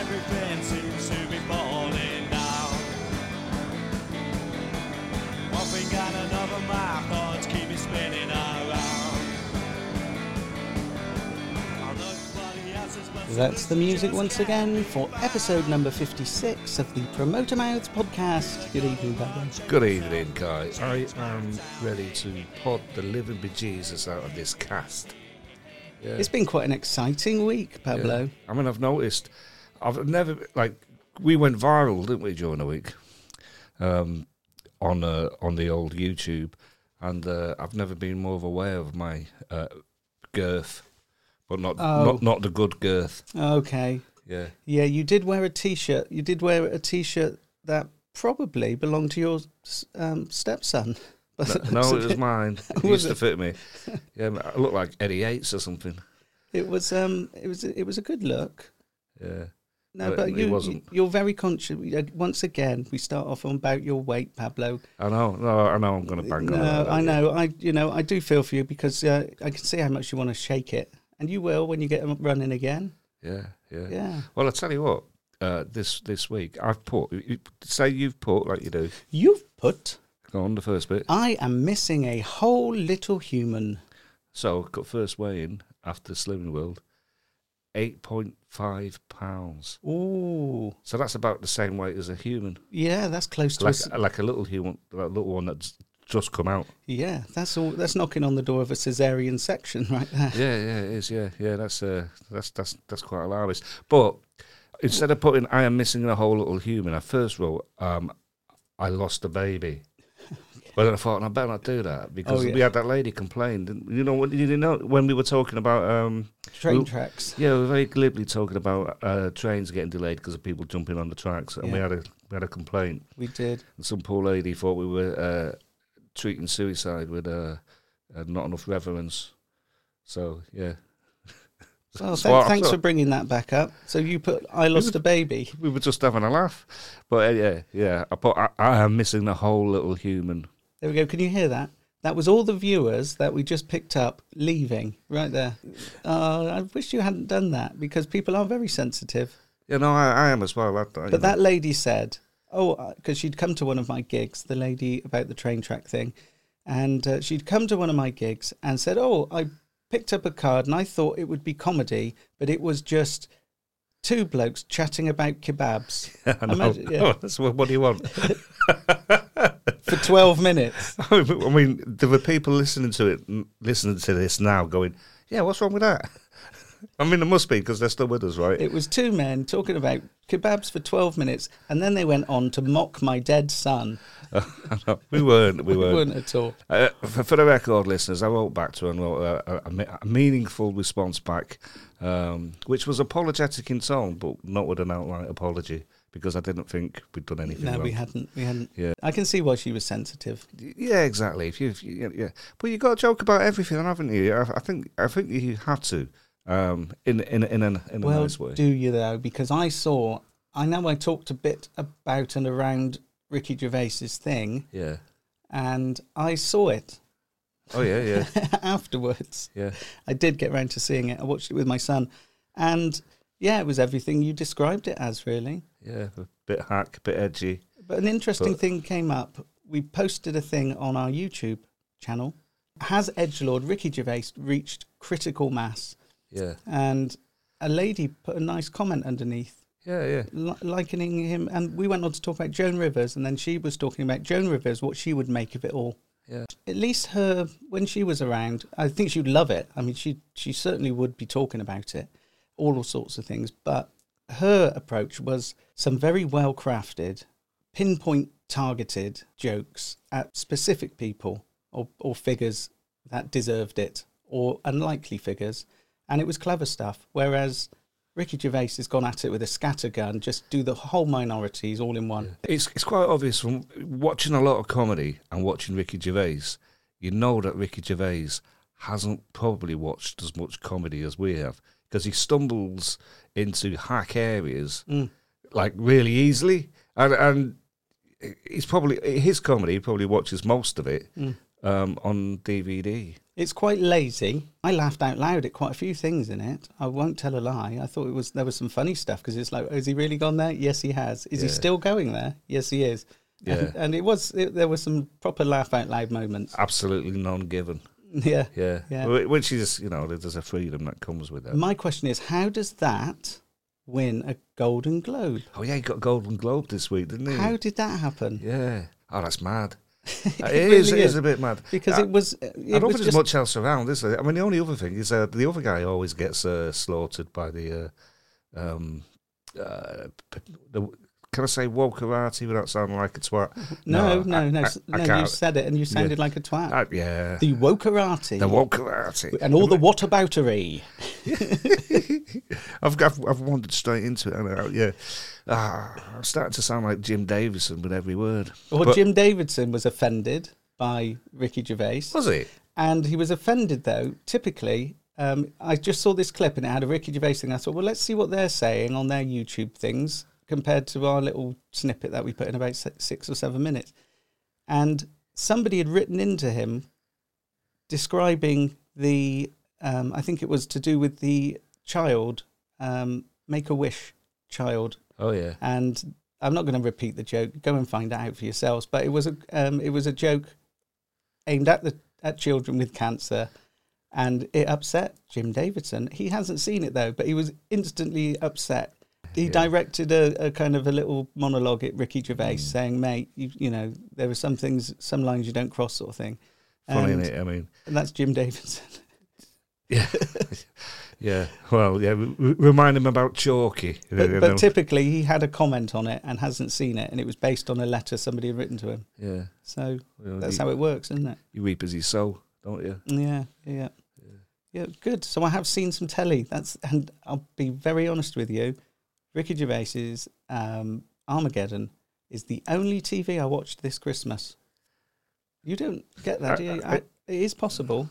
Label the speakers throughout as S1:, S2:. S1: everything seems to be falling down. One thing got another, my thoughts keep me spinning around. I know nobody else is but
S2: That's the
S1: something
S2: music
S1: just
S2: once
S1: can't
S2: again
S1: be
S2: for
S1: found.
S2: episode number 56 of the Promoter Mouths podcast. Good evening, Baba.
S3: Good evening, guys. I am ready to pod the living bejesus out of this cast. Yeah.
S2: It's been quite an exciting week,
S3: Yeah.
S2: Pablo.
S3: I mean, I've noticed, I've never, like, we went viral, didn't we, during the week um, on uh, on the old YouTube, and uh, I've never been more aware of my uh, girth, but not,
S2: Oh.
S3: not not the good girth.
S2: Okay.
S3: Yeah.
S2: Yeah, you did wear a t-shirt. You did wear a t-shirt that probably belonged to your s- um, stepson.
S3: No, no, it was mine. It
S2: Was
S3: used to fit me. Yeah, I look like Eddie Yates or something.
S2: It was um it was it was a good look.
S3: Yeah.
S2: No,
S3: But
S2: but
S3: it
S2: you
S3: wasn't.
S2: you- you're very conscious. uh, Once again, we start off on about your weight, Pablo.
S3: I know. No, I know I'm going to bang on.
S2: no,
S3: about
S2: I
S3: it.
S2: know. I you know I do feel for you because uh, I can see how much you want to shake it, and you will when you get up running again.
S3: Yeah, yeah.
S2: Yeah,
S3: Well, I tell you what. Uh, this this week I've put. you- you- Say you've put like you do.
S2: you've put.
S3: Go on the first bit.
S2: I am missing a whole little human.
S3: So got first weigh in after Slimming World, eight point five pounds.
S2: Ooh,
S3: So that's about the same weight as a human,
S2: yeah, that's close to
S3: like
S2: us.
S3: like a little human, like a little one that's just come out.
S2: Yeah, that's all. That's knocking on the door of a cesarean section right there.
S3: yeah, yeah, it is. Yeah, yeah. That's uh, that's that's that's quite alarmist. But instead of putting "I am missing a whole little human," I first wrote um, "I lost a baby." But then I thought, I better not do that because
S2: Oh, yeah.
S3: we had that lady complain. didn't- You know, when- you know when we were talking about, um,
S2: Train
S3: Oop.
S2: tracks.
S3: yeah, we were very glibly talking about uh, trains getting delayed because of people jumping on the tracks, and we
S2: Yeah.
S3: had a we had a complaint.
S2: We did.
S3: And some poor lady thought we were uh, treating suicide with uh, uh, not enough reverence. So yeah.
S2: Well,
S3: That's
S2: thank-
S3: what I
S2: thanks
S3: thought.
S2: for bringing that back up. So you put I lost a baby.
S3: we were just having a laugh. But uh, yeah, yeah. I, put, I, I am missing the whole little human.
S2: There we go. Can you hear that? That was all the viewers that we just picked up leaving right there. Uh, I wish you hadn't done that because people are very sensitive.
S3: You know, I, I am as well. I, I,
S2: But that lady said, oh, because she'd come to one of my gigs, the lady about the train track thing, and uh, she'd come to one of my gigs and said, oh, I picked up a card and I thought it would be comedy, but it was just two blokes chatting about kebabs
S3: I know.
S2: imagine, yeah.
S3: Oh, that's what, what do you want?
S2: for 12 minutes.
S3: I mean, there were people listening to it, listening to this now, going, "Yeah, what's wrong with that?" I mean, there must be because they're still with us, right?
S2: It was two men talking about kebabs for 12 minutes, and then they went on to mock my dead son.
S3: I know. we weren't. We
S2: We
S3: weren't.
S2: weren't at all.
S3: Uh, for, for the record, listeners, I wrote back to her and wrote a, a- a, me- a meaningful response back, um, which was apologetic in tone, but not with an outright apology because I didn't think we'd done anything
S2: No,
S3: wrong.
S2: we hadn't. We hadn't.
S3: Yeah.
S2: I can see why she was sensitive.
S3: Yeah, exactly. If you, if you yeah, but you got to joke about everything, haven't you? I, I think I think you had to, um, in in in an in a
S2: Well,
S3: nice way.
S2: do you though? Because I saw, I know I talked a bit about and around Ricky Gervais's thing,
S3: yeah.
S2: and I saw it
S3: Oh yeah, yeah,
S2: afterwards.
S3: yeah.
S2: I did get round to seeing it. I watched it with my son, and yeah, it was everything you described it as, really.
S3: Yeah, a bit hack, bit edgy.
S2: But an interesting
S3: But-
S2: thing came up. We posted a thing on our YouTube channel. Has Edgelord Ricky Gervais reached critical mass?
S3: Yeah,
S2: And a lady put a nice comment underneath
S3: yeah, yeah.
S2: li- likening him, and we went on to talk about Joan Rivers, and then she was talking about Joan Rivers, what she would make of it all.
S3: Yeah.
S2: At least her, when she was around, I think she'd love it. I mean, she she certainly would be talking about it, all sorts of things. But her approach was some very well crafted, pinpoint targeted jokes at specific people or, or figures that deserved it or unlikely figures. And it was clever stuff. Whereas Ricky Gervais has gone at it with a scattergun, just do the whole minorities all in one.
S3: It's it's quite obvious from watching a lot of comedy and watching Ricky Gervais, you know that Ricky Gervais hasn't probably watched as much comedy as we have because he stumbles into hack areas
S2: Hmm.
S3: like really
S2: Hmm.
S3: easily, and and he's probably his comedy he probably watches most of it, um, on DVD.
S2: It's quite lazy. I laughed out loud at quite a few things in it. I won't tell a lie. I thought it was there was some funny stuff because it's like, has he really gone there? Yes, he has. Is he
S3: Yeah.
S2: still going there? Yes, he is.
S3: Yeah.
S2: And, and it was it, there were some proper laugh out loud moments.
S3: Absolutely non-given.
S2: yeah.
S3: Yeah.
S2: Yeah. Hmm.
S3: Wh- Which is, you know, there's a freedom that comes with that.
S2: My question is, how does that win a Golden Globe?
S3: oh, yeah, he got a Golden Globe this week, didn't he?
S2: How did that happen?
S3: Hmm. Yeah. Oh, that's mad. it
S2: really
S3: is, it is
S2: is.
S3: a bit mad.
S2: Because
S3: I,
S2: it was.
S3: I
S2: It
S3: don't
S2: was
S3: think there's
S2: just-
S3: much else around, is there? I mean, the only other thing is uh, the other guy always gets uh, slaughtered by the, uh, um, uh, p- the, can I say wokarati without sounding like a twat?
S2: No,
S3: I-
S2: no, no,
S3: I-
S2: s-
S3: I
S2: no. you
S3: can't.
S2: said it, and you sounded like a twat.
S3: I- yeah. The,
S2: the wokarati
S3: wokarati.
S2: and all the whataboutery.
S3: I've, I've I've wandered straight into it. And out, yeah, ah, I'm starting to sound like Jim Davison with every word.
S2: Well,
S3: But-
S2: Jim Davidson was offended by Ricky Gervais,
S3: Was it?
S2: and he was offended though. Typically, um, I just saw this clip and it had a Ricky Gervais thing. I thought, well, let's see what they're saying on their YouTube things compared to our little snippet that we put in about si- six or seven minutes. And somebody had written into him describing the, um, I think it was to do with the child, um, Make a Wish child
S3: Oh yeah.
S2: and I'm not going to repeat the joke. Go and find it out for yourselves. But it was a um, it was a joke aimed at the at children with cancer, and it upset Jim Davidson. He hasn't seen it though, but he was instantly upset. He
S3: Yeah.
S2: directed a, a kind of a little monologue at Ricky Gervais,
S3: Mm.
S2: saying, "Mate, you, you know there are some things, some lines you don't cross, sort of thing."
S3: Funny,
S2: and,
S3: innit? I mean,
S2: and that's Jim Davidson.
S3: yeah. Well, yeah. R- r- remind him about Chalky.
S2: but, but typically, he had a comment on it and hasn't seen it, and it was based on a letter somebody had written to him.
S3: yeah.
S2: So
S3: Well,
S2: that's
S3: you,
S2: how it works, isn't it?
S3: you reap as you sow, don't you?
S2: Yeah, yeah, yeah. Good. So I have seen some telly. That's and I'll be very honest with you. Ricky Gervais's um, Armageddon is the only TV I watched this Christmas. You don't get that, do you? I,
S3: I- I-
S2: it is possible,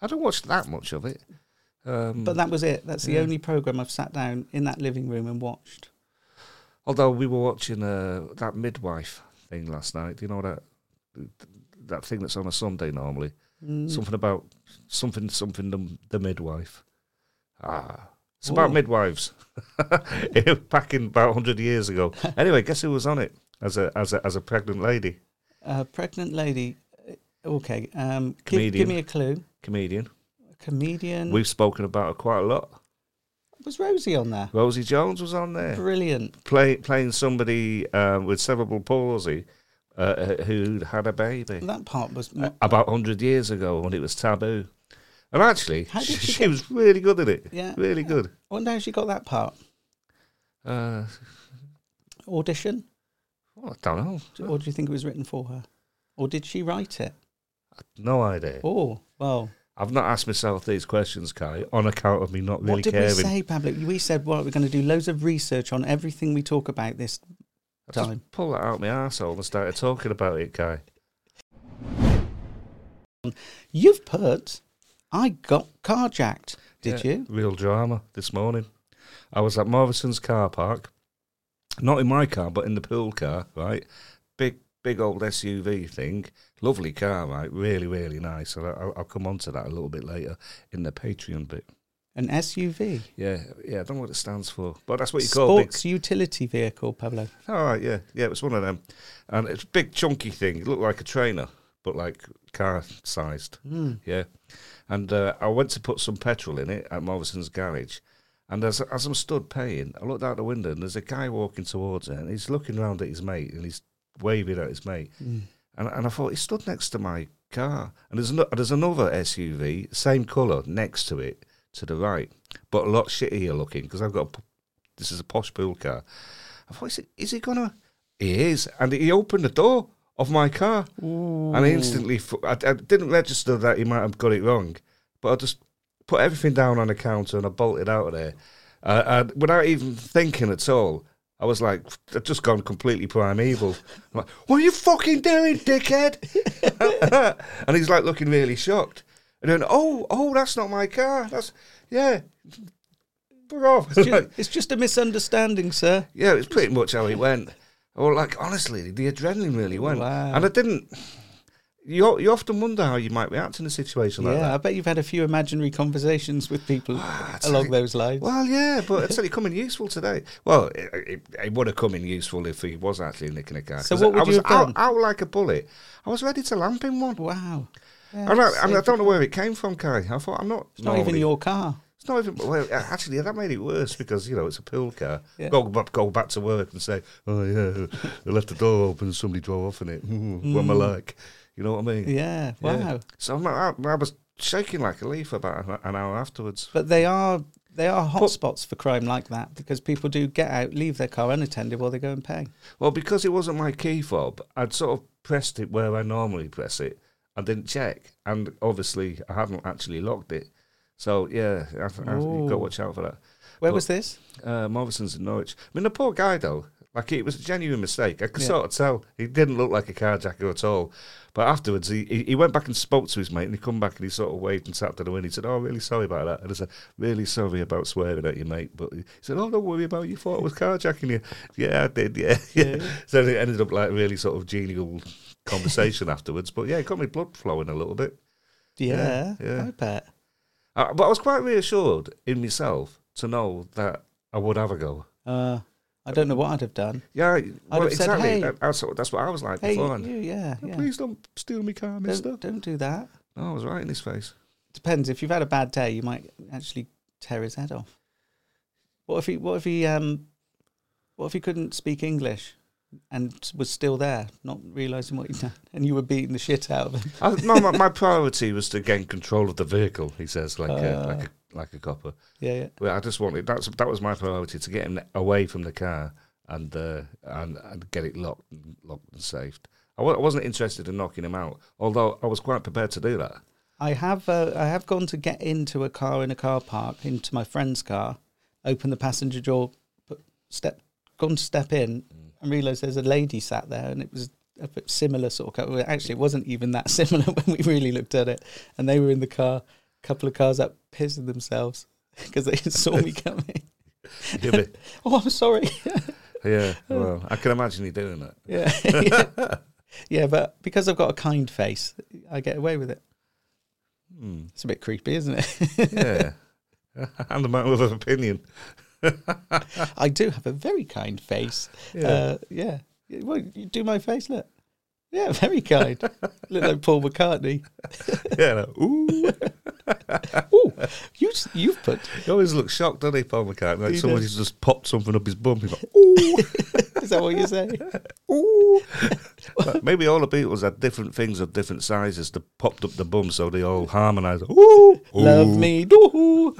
S3: I don't watch that much of it. Um,
S2: but that was it. That's the
S3: Yeah.
S2: only program I've sat down in that living room and watched.
S3: although we were watching uh, that midwife thing last night. Do you know that that thing that's on a Sunday normally?
S2: Mm.
S3: Something about something something the, the midwife. Ah, it's about
S2: Ooh.
S3: midwives. Back in about hundred years ago. Anyway, guess who was on it as a as a as a pregnant lady
S2: A pregnant lady. uh, Okay, um, give, give
S3: Comedian.
S2: me a clue.
S3: comedian.
S2: A comedian.
S3: We've spoken about her quite a lot.
S2: was Rosie on there?
S3: Rosie Jones was on there.
S2: Brilliant.
S3: play, playing somebody uh, with cerebral palsy uh, who had a baby
S2: That part was.
S3: about 100 years ago when it was taboo. And actually,
S2: How
S3: she,
S2: did she
S3: she
S2: get-
S3: was really good at it.
S2: Yeah.
S3: Really good.
S2: I wonder how she got that part.
S3: Uh,
S2: Audition.
S3: well, I don't know.
S2: Do- Or do you think it was written for her? Or did she write it?
S3: No idea.
S2: Oh, well,
S3: I've not asked myself these questions, Kai, on account of me not really
S2: what did
S3: caring.
S2: we say, Pablo? We said, well, we're going to do loads of research on everything we talk about this
S3: I just
S2: time.
S3: pulled that out of my arsehole and started talking about it, Kai.
S2: You've put, I got carjacked, did
S3: Yeah,
S2: you?
S3: Real drama this morning. I was at Morrison's car park, not in my car, but in the pool car, right? Big, big old SUV thing. Lovely car, right? Really, really nice. And I- I'll, I'll come on to that a little bit later in the Patreon bit.
S2: An SUV.
S3: Yeah, yeah, I don't know what it stands for, but that's what you call big.
S2: Sports utility vehicle, Pablo.
S3: Oh, All right, yeah, yeah, it was one of them. And it's a big, chunky thing. It looked like a trainer, but like car sized.
S2: Mm.
S3: Yeah. And uh, I went to put some petrol in it at Morrison's garage. And as, as I'm stood paying, I looked out the window and there's a guy walking towards it and he's looking round at his mate and he's waving at his mate. And, and I thought, he stood next to my car. And there's, ano- there's another SUV, same colour, next to it, to the right, but a lot shittier looking because I've got a p this is a posh pool car. I thought, is he, is he gonna? He is, and he opened the door of my car, and I instantly, f- I, I didn't register that he might have got it wrong, but I just put everything down on the counter and I bolted out of there, uh, and without even thinking at all. I was like, I've just gone completely primeval. I'm like, what are you fucking doing, dickhead? and he's like looking really shocked. And then, oh, oh, that's not my car. That's, yeah, fuck off.
S2: It's ju- it's just a misunderstanding, sir.
S3: Yeah, it's pretty Oh, much how he went. Well, like honestly, the adrenaline really went,
S2: Wow.
S3: and I didn't. you you often wonder how you might react in a situation like
S2: yeah,
S3: that.
S2: I bet you've had a few imaginary conversations with people
S3: Ah, it's
S2: along
S3: like-
S2: those lines.
S3: Well, yeah, but it's only come in useful today. Well, it, it, it would have come in useful if he was actually nicking a car.
S2: So
S3: 'cause
S2: what would
S3: I was
S2: you have done?
S3: out, out like a bullet. I was ready to lamp him one.
S2: Wow. Yeah,
S3: And I, I, mean, I
S2: so-
S3: don't know where it came from, Kai. I thought I'm not.
S2: it's not even
S3: normally-
S2: your car.
S3: It's not even. Well, actually, that made it worse because you know it's a pool car.
S2: Yeah.
S3: Go back, go back to work and say, oh yeah, I left the door open and somebody drove off in it. What am I like? You know what I mean?
S2: Mm. Yeah, wow.
S3: Yeah. So I'm, I, I was shaking like a leaf about an- an hour afterwards.
S2: But they are they are
S3: But-
S2: hotspots for crime like that because people do get out, leave their car unattended while they go and pay.
S3: Well, because it wasn't my key fob, I'd sort of pressed it where I normally press it. I didn't check, and obviously I hadn't actually locked it. So yeah, I've, I've, you've got to
S2: Ooh.
S3: watch out for that.
S2: Where
S3: But-
S2: was this?
S3: uh, Morrison's in Norwich. I mean, the poor guy though. Like it was a genuine mistake. I could
S2: Yeah.
S3: sort of tell he didn't look like a carjacker at all. But afterwards, he, he he went back and spoke to his mate, and he come back and he sort of waved and tapped on the window. He said, "Oh, really sorry about that." And I said, "Really sorry about swearing at your mate." But he said, "Oh, don't worry about it. You thought I was carjacking you." yeah, I did. Yeah, yeah. so it ended up like really sort of genial conversation afterwards. But yeah, it got my blood flowing a little bit.
S2: Yeah,
S3: yeah.
S2: I bet.
S3: Uh, but I was quite reassured in myself to know that I would have a go.
S2: Uh, I don't know what I'd have done.
S3: Yeah, well,
S2: have said,
S3: exactly.
S2: "Hey."
S3: That- that's, what- that's what I was like
S2: Hey,
S3: before.
S2: you, yeah,
S3: "Oh,
S2: yeah.
S3: Please don't steal me car, mister.
S2: Don't, don't do that.
S3: No, I was right in his face.
S2: Depends. If you've had a bad day, you might actually tear his head off. What if he? What if he? Um, what if he couldn't speak English and was still there, not realizing what he'd done, and you were beating the shit out of him?
S3: I, no, my, my priority was to gain control of the vehicle, he says, like, a,
S2: Ah.
S3: like, a, like a copper.
S2: Yeah, yeah.
S3: Well, I just wanted, that's, that was my priority, to get him away from the car and, uh, and, and get it locked, and- locked and saved. I wa- I wasn't interested in knocking him out, although I was quite prepared to do that.
S2: I have uh, I have gone to get into a car in a car park, into my friend's car, open the passenger door, put, step gone to step in, and realised there's a lady sat there, and it was a bit similar sort of car. Well, actually, it wasn't even that similar when we really looked at it. And they were in the car, a couple of cars up, pissing themselves because they saw me coming.
S3: Yeah, but-
S2: oh, I'm sorry.
S3: yeah, well, I can imagine you doing that.
S2: yeah. yeah. Yeah, but because I've got a kind face, I get away with it.
S3: Hmm.
S2: It's a bit creepy, isn't it?
S3: Yeah. and a matter of opinion.
S2: I do have a very kind face.
S3: Yeah.
S2: Uh, yeah. Yeah, Well, you do my face, look. Yeah, very kind. look like Paul McCartney.
S3: yeah, no. ooh.
S2: Ooh, you, s- you've put.
S3: He always looks shocked, doesn't he, Paul McCartney? Like
S2: He
S3: somebody's just popped something up his bum. He's like,
S2: Is that what you say?
S3: ooh. Like, maybe all the Beatles had different things of different sizes that popped up the bum, so they all harmonised. Ooh,
S2: Love
S3: ooh.
S2: me. doo-hoo.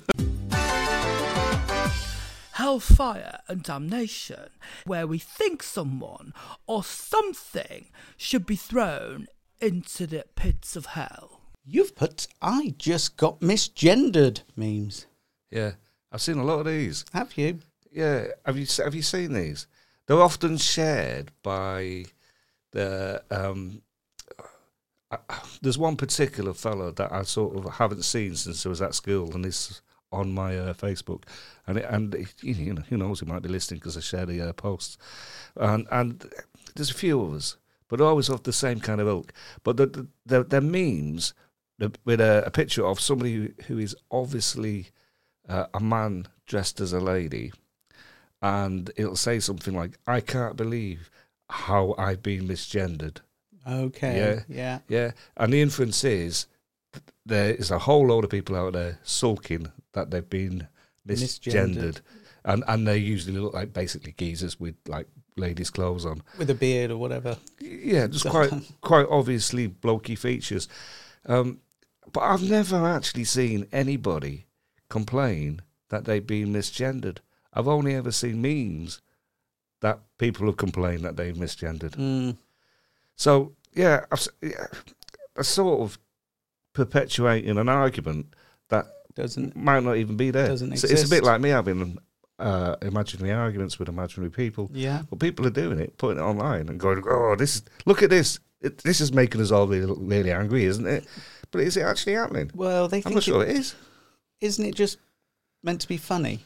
S4: hellfire and damnation, where we think someone or something should be thrown into the pits of hell.
S2: You've put, I just got misgendered memes.
S3: Yeah, I've seen a lot of these.
S2: Have you?
S3: Yeah, have you se- have you seen these? They're often shared by the. Um, I- there's one particular fellow that I sort of haven't seen since I was at school, and it's on my uh, Facebook, and it, and it, you know who knows he might be listening because I share the uh, posts, and and there's a few of us, but always of the same kind of ilk. But the the, the, the memes the, with a, a picture of somebody who, who is obviously uh, a man dressed as a lady, and it'll say something like, "I can't believe how I've been misgendered."
S2: Okay. Yeah.
S3: Yeah, and the inference is th- there is a whole load of people out there sulking that they've been misgendered,
S2: Misgendered.
S3: and and they usually look like basically geezers with like ladies' clothes on.
S2: With a beard or whatever.
S3: Yeah, just quite quite obviously blokey features. Um, but I've never actually seen anybody complain that they've been misgendered. I've only ever seen memes that people have complained that they've misgendered.
S2: Mm.
S3: So yeah, I've, s- yeah, a sort of perpetuating an argument that
S2: Doesn't.
S3: might not even be there.
S2: Doesn't
S3: So It's a bit
S2: exist.
S3: like me having uh, imaginary arguments with imaginary people.
S2: Yeah.
S3: Well, people are doing it, putting it online, and going, "Oh, this is look at this. It, this is making us all really, really angry, isn't it?" But is it actually happening?
S2: Well, they
S3: I'm
S2: think
S3: not
S2: it
S3: sure it is.
S2: isn't it just meant to be funny?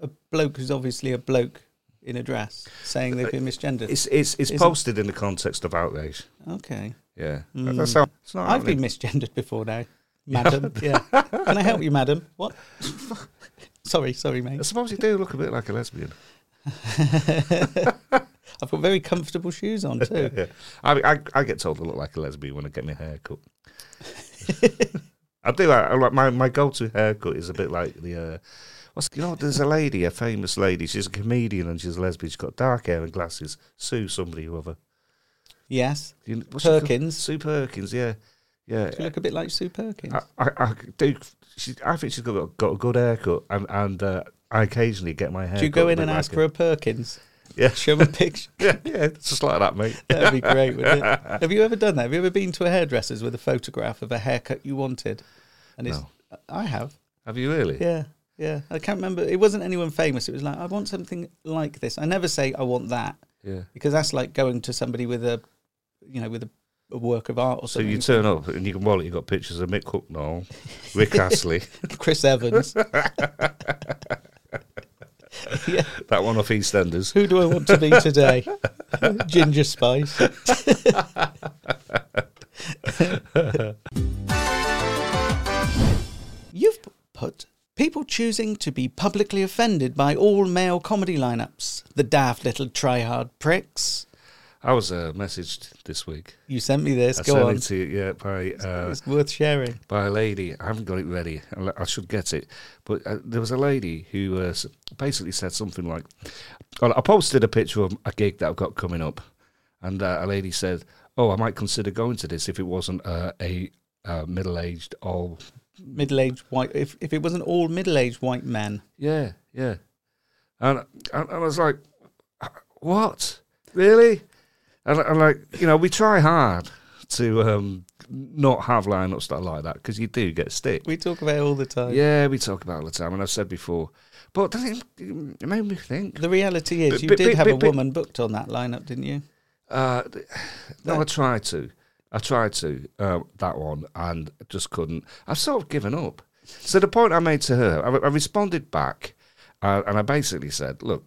S2: A bloke who's obviously a bloke in a dress saying they've been misgendered.
S3: It's it's it's
S2: Isn't-
S3: posted in the context of outrage.
S2: Okay.
S3: Yeah, That- that's how it's not.
S2: Hmm. I've been
S3: happening.
S2: misgendered before now, madam. yeah. Can I help you, madam? What? sorry, sorry,
S3: I
S2: mate.
S3: suppose you do look a bit like a lesbian.
S2: I've got very comfortable shoes on too.
S3: I, I I get told I look like a lesbian when I get my hair cut. I do. I, I like my my go to haircut is a bit like the. Uh, what's you know? There's a lady, a famous lady. She's a comedian and she's a lesbian. She's got dark hair and glasses. Sue somebody or other.
S2: Yes.
S3: You kn- what's she called?
S2: Perkins.
S3: Sue Perkins. Yeah, yeah.
S2: You look a bit like Sue Perkins.
S3: I, I, I do. She, I think she's got got a good haircut, and and uh, I occasionally get my hair.
S2: Do you go in and ask for a Perkins?
S3: Yeah.
S2: Show them a picture.
S3: Yeah, yeah, it's just like that, mate.
S2: That'd be great, wouldn't it? Have you ever done that? Have you ever been to a hairdresser's with a photograph of a haircut you wanted? And it's, I have.
S3: Have you really?
S2: Yeah, yeah. I can't remember. It wasn't anyone famous. It was like I want something like this. I never say I want that
S3: yeah.
S2: because that's like going to somebody with a, you know, with a, a work of art or
S3: So
S2: something.
S3: you turn up and you can wallet. You've got pictures of Mick Hucknall, Rick Astley,
S2: Chris Evans. yeah.
S3: that one off EastEnders.
S2: Who do I want to be today? Ginger Spice. You've put people choosing to be publicly offended by all male comedy lineups. The daft little tryhard pricks.
S3: I was uh, messaged this week.
S2: You sent me this.
S3: I
S2: Go
S3: sent
S2: on.
S3: it to you, yeah, by uh,
S2: it's worth sharing.
S3: by a lady. I haven't got it ready. I le- I should get it. But uh, there was a lady who uh, s- basically said something like, well, I posted a picture of a gig that I've got coming up, and uh, a lady said, "Oh, I might consider going to this if it wasn't uh, a uh, middle-aged all."
S2: Middle-aged white. If if it wasn't all middle-aged white men,
S3: Yeah, yeah. And and, and I was like, "What? Really?" And I'm like, you know, we try hard to um, not have lineups that are like that because you do get stick.
S2: we talk about it all the time.
S3: Yeah, we talk about it all the time, and I've said before. But then it, it made me think.
S2: The reality is,
S3: But-
S2: you
S3: but-
S2: did
S3: but-
S2: have a
S3: but- but-
S2: woman booked on that lineup, didn't you?
S3: Uh, th- no, I tried to. I tried to uh, that one, and just couldn't. I've sort of given up. So the point I made to her, I, I responded back, uh, and I basically said, "Look,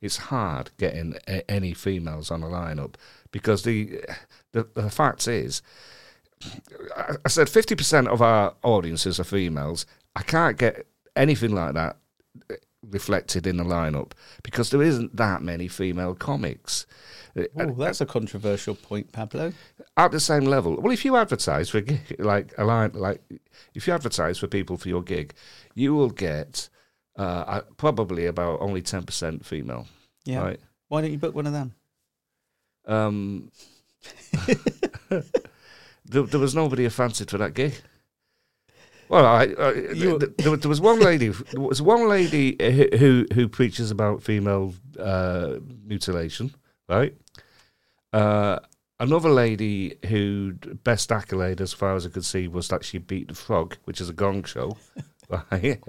S3: it's hard getting a, any females on a lineup because the the, the fact is." I I said fifty percent of our audiences are females. I can't get anything like that uh, reflected in the lineup because there isn't that many female comics. Uh,
S2: Oh, that's a controversial point, Pablo.
S3: at the same level. Well, if you advertise for a gig, like a line, like if you advertise for people for your gig, you will get uh, uh, probably about only ten percent female.
S2: Yeah.
S3: Right.
S2: Why don't you book one of them?
S3: Um, there, there was nobody who fancied for that gig. Well, I, I
S2: You-
S3: th- there, there was one lady. There was one lady who who, who preaches about female uh, mutilation, right? Uh, another lady who best accolade, as far as I could see, was that she beat the frog, which is a gong show, right?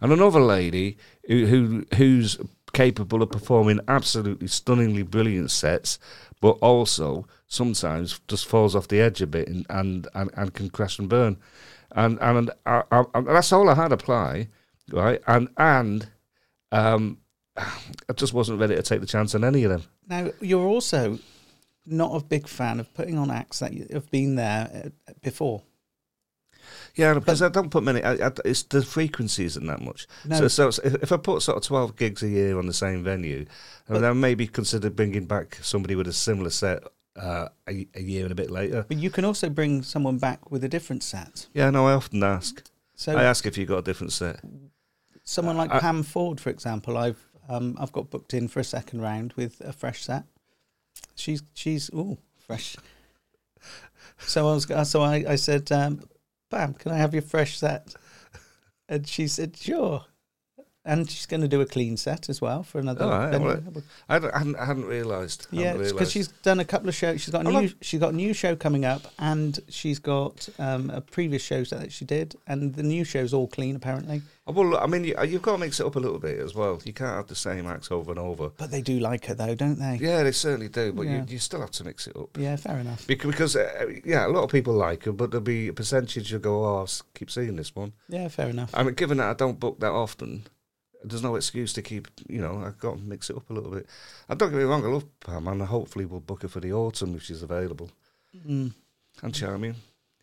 S3: And another lady who, who who's capable of performing absolutely stunningly brilliant sets, but also sometimes just falls off the edge a bit and and, and, and can crash and burn. And and I, I, I- that's all I had apply, right? And and um, I just wasn't ready to take the chance on any of them.
S2: Now, you're also not a big fan of putting on acts that you have been there uh, before.
S3: Yeah, because I don't put many. I, I, it's the frequency isn't that much.
S2: No.
S3: So, so it's- if, if I put sort of twelve gigs a year on the same venue,
S2: But-
S3: and then maybe consider bringing back somebody with a similar set uh, a, a year and a bit later.
S2: But you can also bring someone back with a different set.
S3: Yeah, no, I often ask.
S2: So,
S3: I ask if you got a different set.
S2: someone like
S3: I-
S2: Pam Ford, for example, I've um, I've got booked in for a second round with a fresh set. She's she's ooh fresh. So I was uh, so I I said, um, Pam, can I have your fresh set? And she said, sure. And she's going to do a clean set as well for another.
S3: All right,
S2: venue.
S3: well, I hadn't, I hadn't, I hadn't realised.
S2: Yeah,
S3: because
S2: because she's done a couple of shows. She's got a
S3: I
S2: new.
S3: love-
S2: She's got a new show coming up, and she's got um, a previous show that she did, and the new show's all clean apparently.
S3: Well, look, I mean, you, you've got to mix it up a little bit as well. You can't have the same acts over and over.
S2: But they do like her though, don't they?
S3: Yeah, they certainly do, but
S2: Yeah.
S3: you, you still have to mix it up.
S2: Yeah, fair enough.
S3: Bec- Because, uh, yeah, a lot of people like her, but there'll be a percentage who go, oh, I s- keep seeing this one.
S2: Yeah, fair enough.
S3: I mean, given that I don't book that often, there's no excuse to keep, you know, I've got to mix it up a little bit. And don't get me wrong, I love Pam, and hopefully we'll book her for the autumn if she's available.
S2: Mm.
S3: and charming.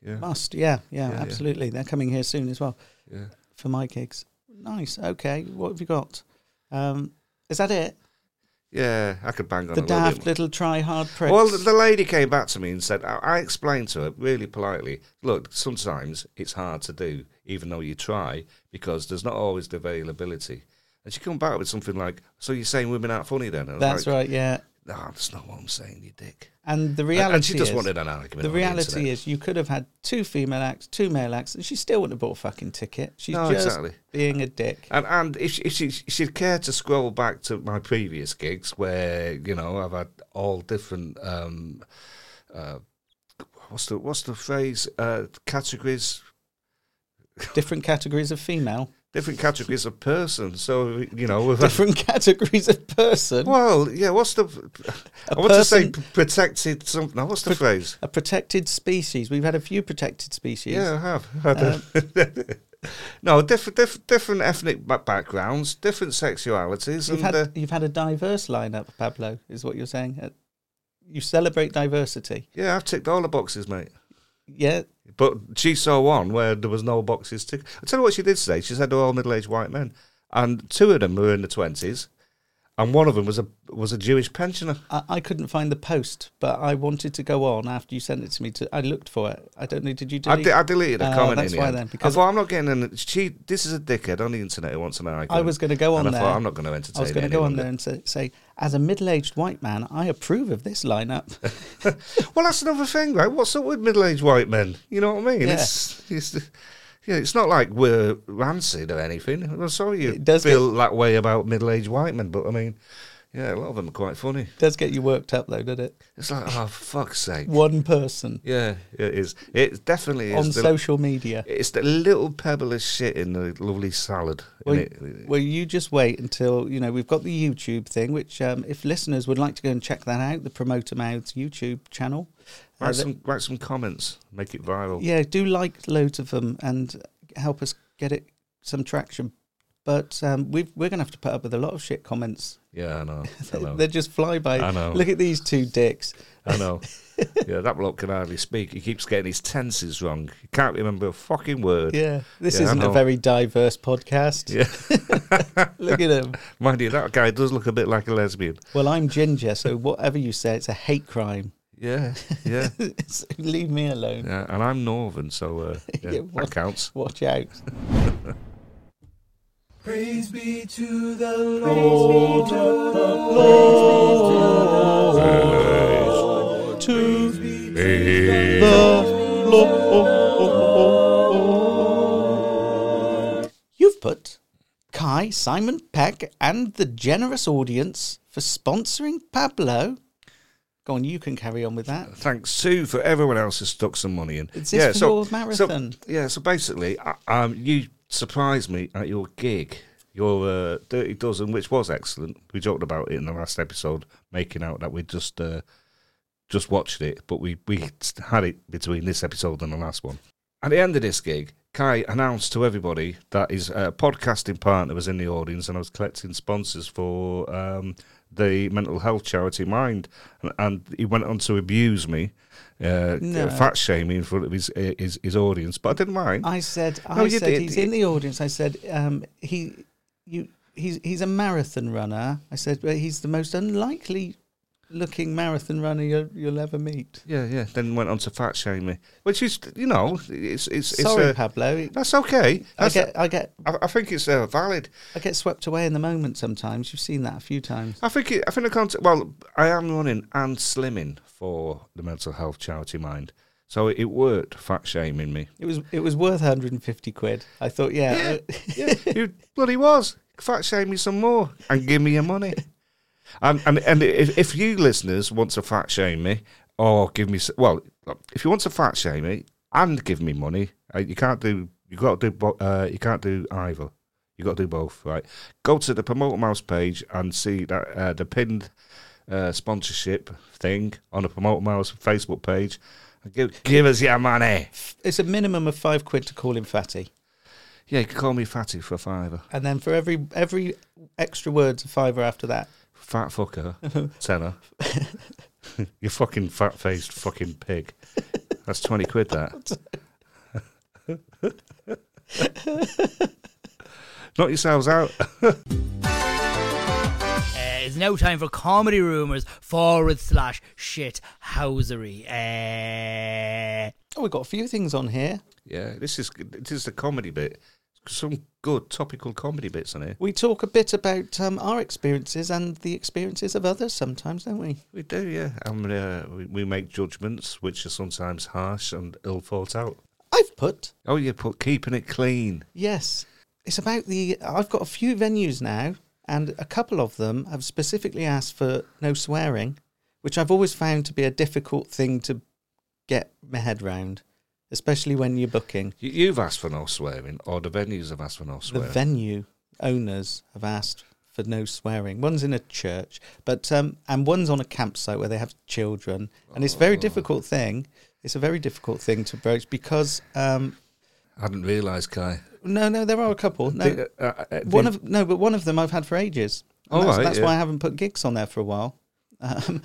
S3: Yeah,
S2: Must, yeah, yeah,
S3: Yeah, yeah.
S2: absolutely. They're coming here soon as well
S3: yeah.
S2: for my gigs. Nice. Okay, what have you got? Um, is that it?
S3: Yeah, I could bang on
S2: The
S3: a little bit
S2: daft
S3: more.
S2: little try hard pricks.
S3: Well, the- the lady came back to me and said, I I explained to her really politely, look, sometimes it's hard to do, even though you try, because there's not always the availability. And she come back with something like, so you're saying women aren't funny then? And I'm
S2: That's
S3: like,
S2: right. Yeah,
S3: No, that's not what I'm saying, you dick.
S2: and the
S3: And-
S2: reality
S3: and she just
S2: is,
S3: wanted an argument.
S2: the
S3: on
S2: reality
S3: internet.
S2: is you could have had two female acts, two male acts, and she still wouldn't have bought a fucking ticket. She's
S3: No,
S2: just
S3: exactly.
S2: being a dick.
S3: And, and if, she, if she, she'd care to scroll back to my previous gigs where, you know, I've had all different, um, uh, what's the what's the phrase, uh, categories,
S2: Different categories of female,
S3: different categories of person. So you know, with a,
S2: different categories of person.
S3: well, yeah. What's the? I want to say p- protected. Some. No, what's the phrase?
S2: A protected species. We've had a few protected species.
S3: Yeah, I have. no, different, different, different ethnic ba- backgrounds, different sexualities,
S2: You've had
S3: and uh,
S2: you've had a diverse lineup, Pablo, is what you're saying. Uh, You celebrate diversity.
S3: yeah, I've ticked all the boxes, mate.
S2: Yeah,
S3: But she saw one where there was no boxes ticked. I tell you what she did say. She said they're all middle-aged white men, and two of them were in the twenties, and one of them was a was a Jewish pensioner.
S2: I, I couldn't find the post, but I wanted to go on after you sent it to me. To I looked for it. I don't know. Did you
S3: I,
S2: delete?
S3: de- I deleted a
S2: Oh,
S3: comment.
S2: that's
S3: in the
S2: why
S3: end.
S2: then, because-
S3: I thought I'm not getting an. She, this is a dickhead on the internet who wants an icon.
S2: I was going to go on
S3: and I
S2: there.
S3: thought I'm not going to entertain.
S2: I was going to
S3: any
S2: go on
S3: longer.
S2: there and say, say, as a middle-aged white man, I approve of this lineup.
S3: Well, that's another thing, right? What's up with middle-aged white men? You know what I mean?
S2: Yeah.
S3: It's, it's, yeah, it's not like we're rancid or anything. I'm sorry you
S2: It does
S3: feel that way about middle-aged white men, but I mean, yeah, a lot of them are quite funny.
S2: Does get you worked up though, doesn't it?
S3: It's like, oh fuck's sake.
S2: One person
S3: Yeah, it is. It definitely
S2: on
S3: is. the-
S2: social media.
S3: it's the little pebble of shit in the lovely salad.
S2: Well,
S3: isn't it?
S2: well, you just wait until you know we've got the YouTube thing, which um, if listeners would like to go and check that out, the Promoter Mouths YouTube channel. uh,
S3: Write
S2: that-
S3: some write some comments, make it viral.
S2: yeah, do like loads of them and help us get it some traction. But um, we've, we're going to have to put up with a lot of shit comments.
S3: Yeah, I know. I know.
S2: They're just fly by.
S3: I know.
S2: Look at these two dicks.
S3: I know. yeah, that bloke can hardly speak. He keeps getting his tenses wrong. He can't remember a fucking word.
S2: Yeah, this
S3: Yeah, I
S2: isn't a
S3: know.
S2: very diverse podcast.
S3: Yeah.
S2: Look at him.
S3: Mind you, that guy does look a bit like a lesbian.
S2: Well, I'm ginger, so whatever you say, it's a hate crime.
S3: Yeah, yeah.
S2: so leave me alone.
S3: yeah. And I'm northern, so uh, yeah,
S2: Yeah,
S3: that
S2: what-
S3: counts.
S2: Watch out.
S1: Praise be to the
S2: You've put Kai, Simon Peck, and the generous audience for sponsoring Pablo. Go on, you can carry on with that.
S3: Thanks, Sue, for everyone else who's stuck some money in.
S2: Is this for your marathon?
S3: So, yeah, so basically, I, um, you surprised me at your gig, your uh, Dirty Dozen, which was excellent. We talked about it in the last episode, making out that we just uh, just watched it, but we, we had it between this episode and the last one. At the end of this gig, Kai announced to everybody that his uh, podcasting partner was in the audience and I was collecting sponsors for um, the mental health charity Mind. And, and he went on to abuse me, uh,
S2: No.
S3: fat shame me in front of his, his his audience, but I didn't mind.
S2: I said,
S3: No,
S2: I
S3: you
S2: said
S3: did.
S2: he's in the audience. I said, um, he, you, he's he's a marathon runner. I said, well, he's the most unlikely looking marathon runner you'll, you'll ever meet.
S3: yeah, yeah. Then went on to fat shame me, which is, you know, it's it's, it's
S2: Sorry,
S3: uh,
S2: Pablo.
S3: that's okay.
S2: I
S3: That's, I,
S2: get, I get,
S3: I, think it's uh, valid.
S2: I get swept away in the moment. Sometimes you've seen that a few times.
S3: I think it, I think I can't. Well, I am running and slimming for the mental health charity Mind, so it, worked. Fat shaming me.
S2: It was it was worth 150 quid. I thought, yeah, uh,
S3: Yeah, you bloody was fat shame me some more and give me your money. And and and if, if you listeners want to fat shame me or give me s- well, if you want to fat shame me and give me money, uh, you can't do you got to do bo- uh, you can't do either. You got to do both, right? Go to the promoter mouse page and see that uh, the pinned uh, sponsorship thing on the promoter mouse Facebook page. And give give us your money.
S2: it's a minimum of five quid to call him fatty,
S3: Yeah, you can call me fatty for a fiver.
S2: and then for every every extra word's a fiver after that.
S3: fat fucker, tenor. you fucking fat faced fucking pig. That's 20 quid, that. Knock yourselves out.
S4: Uh, it's now time for comedy rumours forward slash shit housery. Uh,
S2: Oh, we've got a few things on here.
S3: Yeah, this is this is the comedy bit. Some good topical comedy bits in here.
S2: We talk a bit about um, our experiences and the experiences of others sometimes, don't we?
S3: We do, yeah. And uh, we, we make judgments which are sometimes harsh and ill thought out.
S2: I've put,
S3: Oh, you put keeping it clean.
S2: yes. It's about the. I've got a few venues now, and a couple of them have specifically asked for no swearing, which I've always found to be a difficult thing to get my head round, especially when you're booking.
S3: You, you've asked for no swearing, or the venues have asked for no
S2: The
S3: swearing.
S2: venue owners have asked for no swearing. One's in a church, but um, and one's on a campsite where they have children, and it's a
S3: Oh.
S2: very difficult thing. It's a very difficult thing to broach because um,
S3: I hadn't realised, Kai.
S2: no, no, there are a couple. No,
S3: The- uh, uh,
S2: one
S3: the-
S2: of no, but one of them I've had for ages. And
S3: All
S2: that's
S3: right,
S2: that's
S3: yeah.
S2: why I haven't put gigs on there for a while. Um,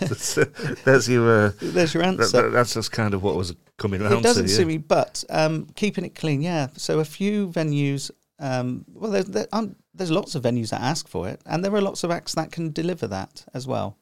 S3: that's, that's your. Uh,
S2: there's your
S3: that,
S2: answer.
S3: that, that's just kind of what was coming around.
S2: it doesn't
S3: to, yeah.
S2: suit me, but um, keeping it clean, yeah. So a few venues, um, well, there's there, um, there's lots of venues that ask for it, and there are lots of acts that can deliver that as well.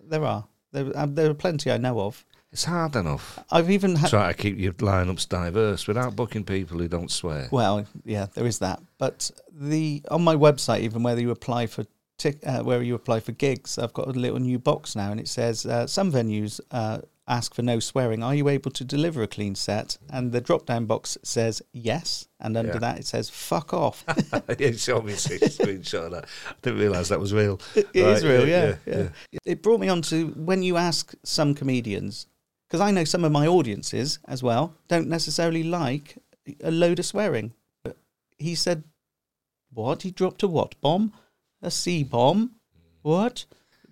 S2: There are there, um, there are plenty I know of.
S3: It's hard enough.
S2: I've even had
S3: Try to keep your lineups diverse without booking people who don't swear.
S2: well, yeah, there is that. But the on my website, even where you apply for tic, uh, where you apply for gigs, I've got a little new box now, and it says uh, some venues. Uh, Ask for no swearing. Are you able to deliver a clean set? And the drop down box says yes. And under
S3: Yeah.
S2: that, it says fuck off.
S3: yeah, show me a screenshot of that. I didn't realise that was real.
S2: It it is
S3: Right,
S2: real, yeah, yeah, It brought me on to when you ask some comedians, because I know some of my audiences as well don't necessarily like a load of swearing. But he said, "What? He dropped a what bomb? A C bomb? What?"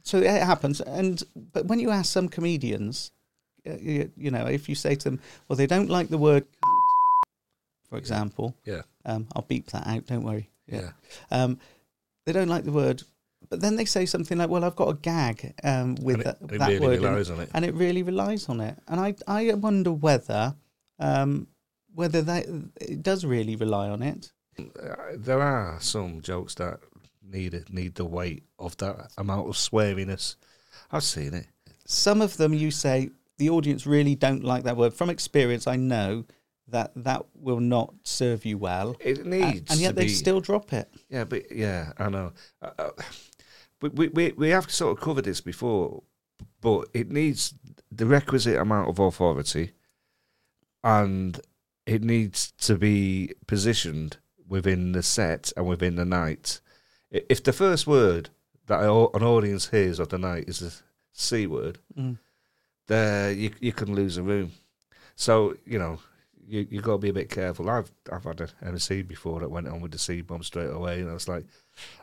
S2: So it happens, and but when you ask some comedians, uh, you, you know, if you say to them, "Well, they don't like the word," for example,
S3: Yeah.
S2: um, I'll beep that out. Don't worry.
S3: Yeah.
S2: Um, they don't like the word, but then they say something like, "Well, I've got a gag um, with
S3: And it-
S2: that,
S3: it
S2: that
S3: really
S2: word," in
S3: relies on it.
S2: and it really relies on it. And I, I wonder whether, um, whether that it does really rely on it.
S3: Uh, There are some jokes that need it, need the weight of that amount of sweariness. I've seen it.
S2: Some of them, you say, the audience really don't like that word. From experience, I know that that will not serve you well,
S3: It
S2: A-
S3: needs.
S2: and, yet
S3: to
S2: they
S3: be-
S2: still drop it.
S3: Yeah, but yeah, I know. Uh, uh, we, we we we have sort of covered this before, but it needs the requisite amount of authority, and it needs to be positioned within the set and within the night. I- If the first word that a- an audience hears of the night is the c word,
S2: Mm.
S3: there you you can lose a room. So you know you you got to be a bit careful. I've I've had an MC before that went on with the C bomb straight away, and I was like,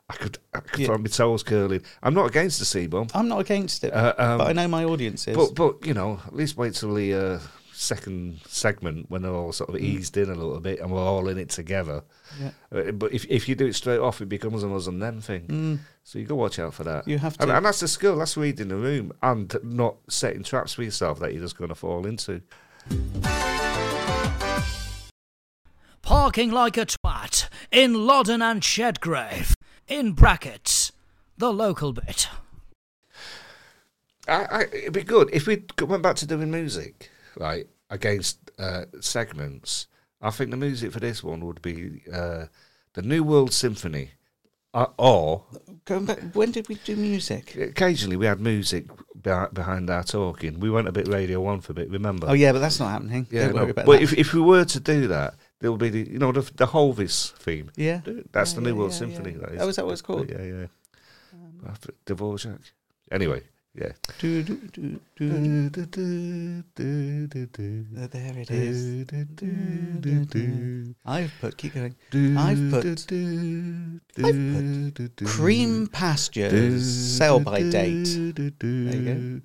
S3: I could I could
S2: Yeah.
S3: find my toes curling. I'm not against the C bomb,
S2: I'm not against it,
S3: uh, um,
S2: but I know my audience is.
S3: but but you know at least wait till the uh, second segment when they're all sort
S2: Mm.
S3: of eased in a little bit and we're all in it together.
S2: Yeah.
S3: Uh, But if if you do it straight off, it becomes an us and them thing.
S2: Mm,
S3: So you got to watch out for that.
S2: you have to.
S3: And, and that's the skill. That's reading the room and not setting traps for yourself that you're just going to fall into.
S4: parking like a twat in Loddon and Shedgrave. In brackets, the local bit.
S3: I, I, it'd be good if we went back to doing music, right? Against uh, segments, I think the music for this one would be uh, the New World Symphony, uh, or
S2: Going back, when did we do music?
S3: occasionally we had music beh- behind our talking. We went a bit Radio One for a bit, remember?
S2: Oh yeah, but that's not happening.
S3: yeah.
S2: Don't
S3: no,
S2: worry about
S3: but
S2: that.
S3: if if we were to do that, there would be the you know the the Holvis theme.
S2: yeah,
S3: That's
S2: Yeah,
S3: the New
S2: yeah,
S3: World
S2: yeah,
S3: Symphony.
S2: yeah.
S3: That
S2: Oh, is that what it's called?
S3: Yeah, yeah. After Dvorak. Anyway, yeah.
S2: Do, do, do, do. Uh, There it is. I've put. Keep going. I've put I've cream pastures sell by date. Did you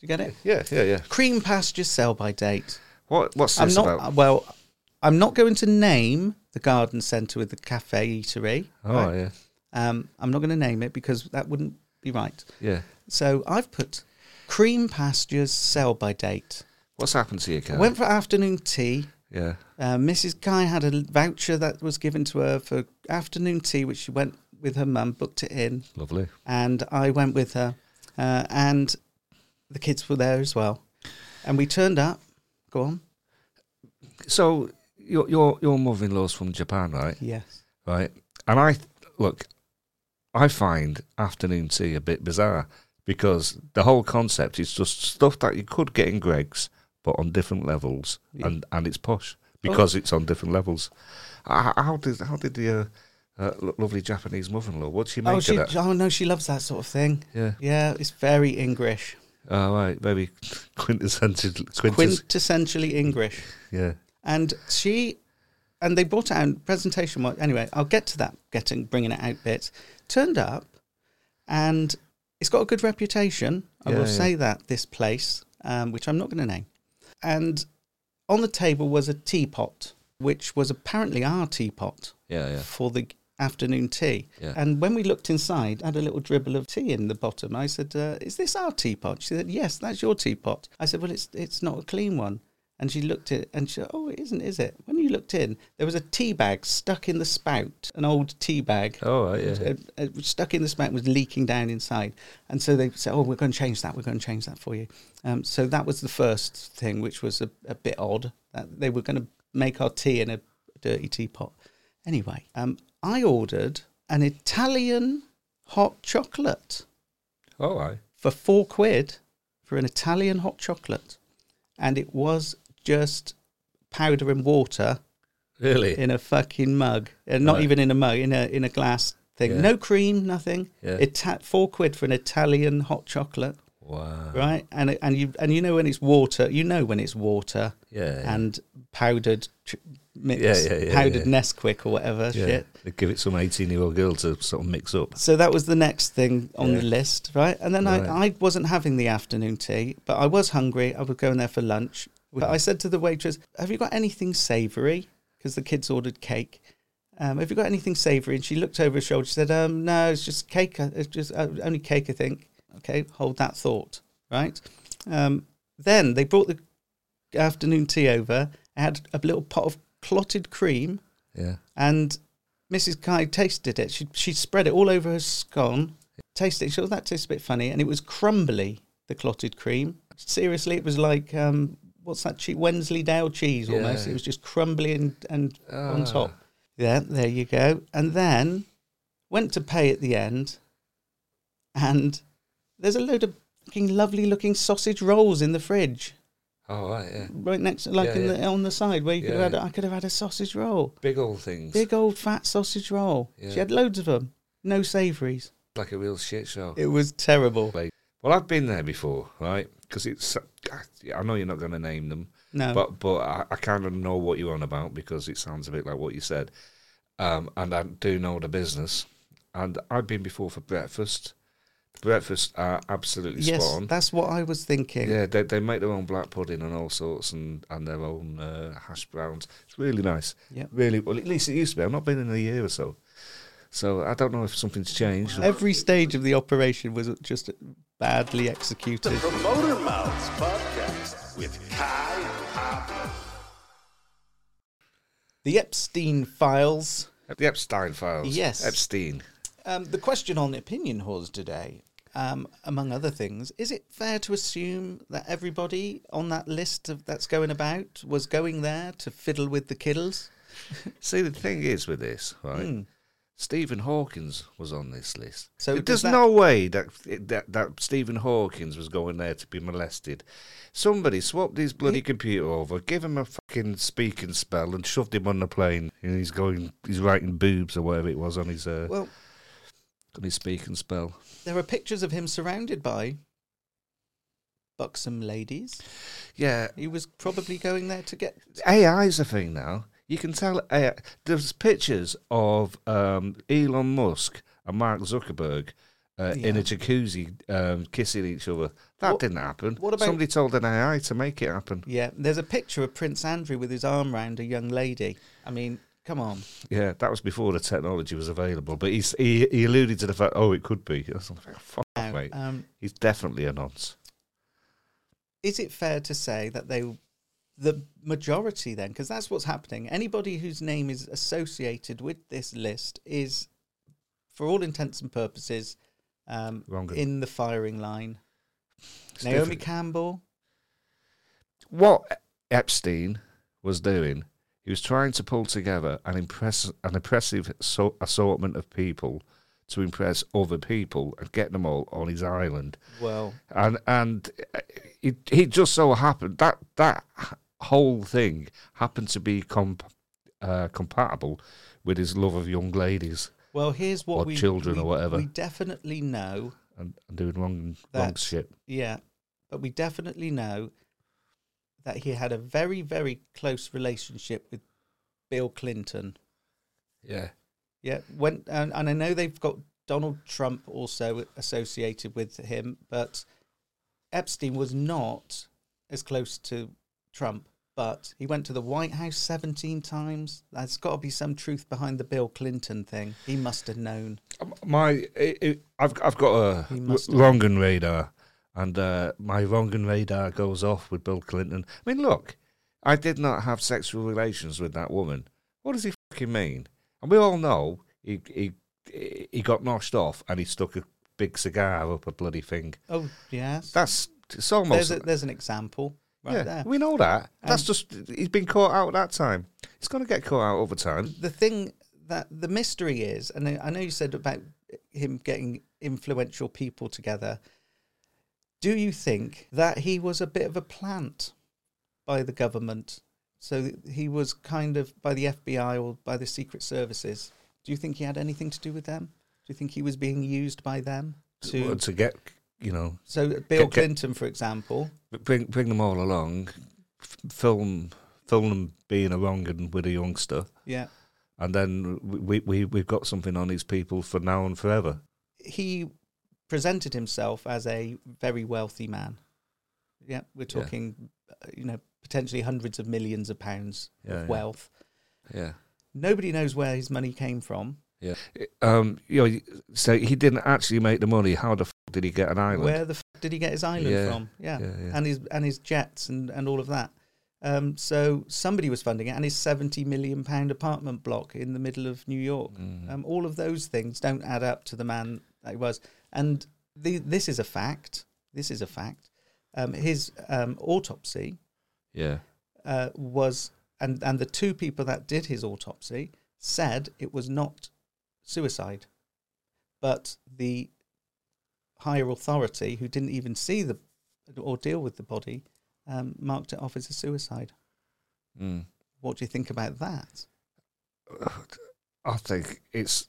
S2: you get it?
S3: Yeah, yeah, yeah.
S2: Cream pastures sell by date.
S3: What what's
S2: I'm
S3: this
S2: not
S3: about?
S2: well. I'm not going to name the garden centre with the cafe eatery.
S3: Oh
S2: right?
S3: yeah.
S2: Um, I'm not going to name it because that wouldn't be right.
S3: Yeah.
S2: So I've put cream pastures sell by date.
S3: What's happened to you, Kat?
S2: Went for afternoon tea.
S3: yeah.
S2: Uh, Mrs. Guy had a voucher that was given to her for afternoon tea, which she went with her mum, booked it in,
S3: Lovely.
S2: and I went with her, uh, and the kids were there as well, and we turned up. Go on.
S3: So your your your mother-in-law's from Japan, right?
S2: Yes.
S3: Right. And I look, I find afternoon tea a bit bizarre because the whole concept is just stuff that you could get in Greg's, but on different levels,
S2: Yeah.
S3: and and it's posh because it's on different levels. How, how did how did the uh, uh, lo- lovely Japanese mother-in-law? What she make
S2: Oh,
S3: of
S2: she.
S3: that?
S2: Oh no, she loves that sort of thing.
S3: yeah.
S2: Yeah, it's very English,
S3: Oh, right. Very quintessential. Quintes-
S2: quintessentially English.
S3: yeah.
S2: and she and they brought it out presentation wa- anyway i'll get to that getting bringing it out bits turned up and it's got a good reputation i
S3: Yeah,
S2: will
S3: yeah.
S2: say that this place um, which i'm not going to name and on the table was a teapot which was apparently our teapot
S3: Yeah. Yeah.
S2: for the afternoon tea
S3: Yeah.
S2: and when we looked inside I had a little dribble of tea in the bottom i said uh, is this our teapot she said yes that's your teapot i said well it's it's not a clean one and she looked at it and she said, oh it isn't is it when you looked in there was a tea bag stuck in the spout an old tea bag
S3: Oh, right. Yeah.
S2: it, it was uh, stuck in the spout was leaking down inside and so they said oh we're going to change that we're going to change that for you um, so that was the first thing which was a, a bit odd that they were going to make our tea in a dirty teapot anyway um, i ordered an italian hot chocolate
S3: All right.
S2: for four quid for an italian hot chocolate and it was just powder and water
S3: Really?
S2: in a fucking mug, and not
S3: Right.
S2: even in a mug, in a in a glass thing.
S3: Yeah.
S2: No cream, nothing.
S3: Yeah.
S2: Ita- four quid for an Italian hot chocolate,
S3: Wow.
S2: right? And it- and you and you know when it's water, you know when it's water
S3: Yeah. yeah.
S2: and powdered ch- mix,
S3: Yeah, yeah, yeah,
S2: powdered
S3: yeah.
S2: Nesquik or whatever
S3: Yeah.
S2: shit.
S3: They give it some 18 year old girl to sort of mix up.
S2: So that was the next thing on
S3: Yeah.
S2: the list, right? And then I,
S3: Right.
S2: I wasn't having the afternoon tea, but I was hungry. I was going there for lunch. But I said to the waitress, Have you got anything savoury? Because the kids ordered cake. Um, have you got anything savoury? And she looked over her shoulder. She said, um, No, it's just cake. uh, It's just uh, only cake, I think. Okay, hold that thought, right? Um, then they brought the afternoon tea over. I had a little pot of clotted cream
S3: Yeah.
S2: and Mrs. Kai tasted it. She she spread it all over her scone. Tasted it. She thought that tastes a bit funny, and it was crumbly. The clotted cream. Seriously, it was like um, what's that cheap Wensleydale cheese
S3: Yeah.
S2: almost. It was just crumbly and, and on
S3: Ah.
S2: top. Yeah, there you go. And then went to pay at the end, and there's a load of fucking lovely looking sausage rolls in the fridge,
S3: Oh, right, yeah.
S2: right next, like
S3: Yeah,
S2: in
S3: yeah.
S2: the on the side where you could have
S3: Yeah.
S2: had. I could have had a sausage roll.
S3: Big old things.
S2: Big old fat sausage roll.
S3: Yeah.
S2: She had loads of them. No savouries.
S3: Like a real shit show.
S2: It was terrible.
S3: Well, I've been there before, right? Because it's. I know you're not going to name them,
S2: No.
S3: but but I, I kind of know what you're on about because it sounds a bit like what you said, um, and I do know the business. And I've been before for breakfast. Breakfast are absolutely
S2: yes,
S3: spot on.
S2: that's what I was thinking.
S3: Yeah, they, they make their own black pudding and all sorts, and, and their own uh, hash browns. It's really nice.
S2: Yep.
S3: Really, well, at least it used to be. I've not been in a year or so, so I don't know if something's changed.
S2: Every stage of the operation was just badly executed.
S1: Promoter Mouths Podcast with Kai and Pablo.
S2: The Epstein files.
S3: The Epstein files.
S2: Yes.
S3: Epstein.
S2: Um, the question on opinion whores today, um, among other things, is it fair to assume that everybody on that list of, that's going about was going there to fiddle with the kiddles?
S3: See, the thing is with this, right? Stephen Hawkins was on this list.
S2: Hmm. So
S3: So
S2: does
S3: there's
S2: that-
S3: no way that, that that Stephen Hawkins was going there to be molested. Somebody swapped his bloody computer over, gave him a fucking speaking spell, and shoved him on the plane. And he's going, he's writing boobs or whatever it was on his uh,
S2: Well,
S3: on his speaking spell.
S2: there are pictures of him surrounded by buxom ladies.
S3: Yeah,
S2: He was probably going there to get.
S3: AI's a thing now. You can tell AI. There's pictures of um, Elon Musk and Mark Zuckerberg uh, in
S2: Yeah.
S3: a jacuzzi um, kissing each other. That
S2: What-
S3: didn't happen.
S2: what about-
S3: Somebody told an AI to make it happen.
S2: Yeah, there's a picture of Prince Andrew with his arm round a young lady. I mean, come on.
S3: Yeah, that was before the technology was available. But he's, he he alluded to the
S2: uh,
S3: fact, oh, it could be. I was like, fuck,
S2: Now,
S3: mate.
S2: um,
S3: He's definitely a nonce.
S2: is it fair to say that they, the majority then, because that's what's happening, anybody whose name is associated with this list is, for all intents and purposes, um,
S3: Wrong.
S2: in the firing line?
S3: It's
S2: Naomi
S3: different.
S2: Campbell,
S3: what Epstein was doing, he was trying to pull together an impress an impressive so- assortment of people to impress other people and get them all on his island.
S2: well,
S3: And and it he just so happened that that whole thing happened to be comp- uh, compatible with his love of young ladies
S2: well, here's what
S3: Or
S2: we
S3: children or
S2: we-
S3: whatever.
S2: We definitely know
S3: and, and doing wrong wrong
S2: That's-
S3: shit.
S2: Yeah, but we definitely know that he had a very, very close relationship with Bill Clinton.
S3: Yeah.
S2: Yeah, when and, and I know they've got Donald Trump also associated with him, but Epstein was not as close to Trump. But he went to the White House seventeen times. There's got to be some truth behind the Bill Clinton thing. He must have known.
S3: my it, it, I've I've got a
S2: He must have.
S3: Rongan radar, and uh, my Rongan radar goes off with Bill Clinton. I mean, look, I did not have sexual relations with that woman. What does he fucking mean? And we all know he he he got noshed off and he stuck a big cigar up a bloody thing.
S2: Oh yes,
S3: That's it's
S2: there's
S3: almost
S2: a, uh, um, there's an example right
S3: yeah.
S2: there.
S3: We know that. That's
S2: And-
S3: just he's been caught out that time. He's going to get caught out over time.
S2: the thing that the mystery is, and I I know you said about him getting influential people together. Do you think that he was a bit of a plant by the government? So that he was kind of by the FBI or by the Secret Services. Do you think he had anything to do with them? Do you think he was being used by them to?
S3: to get you know
S2: So
S3: get-
S2: Bill
S3: get-
S2: Clinton, for example,
S3: bring bring them all along, f- film film them being a wrong and with a youngster,
S2: yeah,
S3: and then we we we've got something on these people for now and forever.
S2: he presented himself as a very wealthy man. Yeah, we're
S3: Yeah.
S2: talking, uh, you know, potentially hundreds of millions of pounds
S3: Yeah, yeah.
S2: of wealth.
S3: Yeah,
S2: Nobody knows where his money came from.
S3: yeah. Um, you know, so he didn't actually make the money. How the f- did he get an island?
S2: Where the f- did he get his island
S3: Yeah,
S2: from? Yeah.
S3: yeah, yeah.
S2: and his and his jets and and all of that. Um, so somebody was funding it, and his seventy million pound apartment block in the middle of New York.
S3: Mm.
S2: Um, all of those things don't add up to the man that he was. And the, this is a fact. This is a fact. Um, his um, autopsy
S3: yeah,
S2: uh, was and and the two people that did his autopsy said it was not suicide, but the higher authority who didn't even see the or deal with the body um, marked it off as a suicide.
S3: mm.
S2: What do you think about that?
S3: I think it's.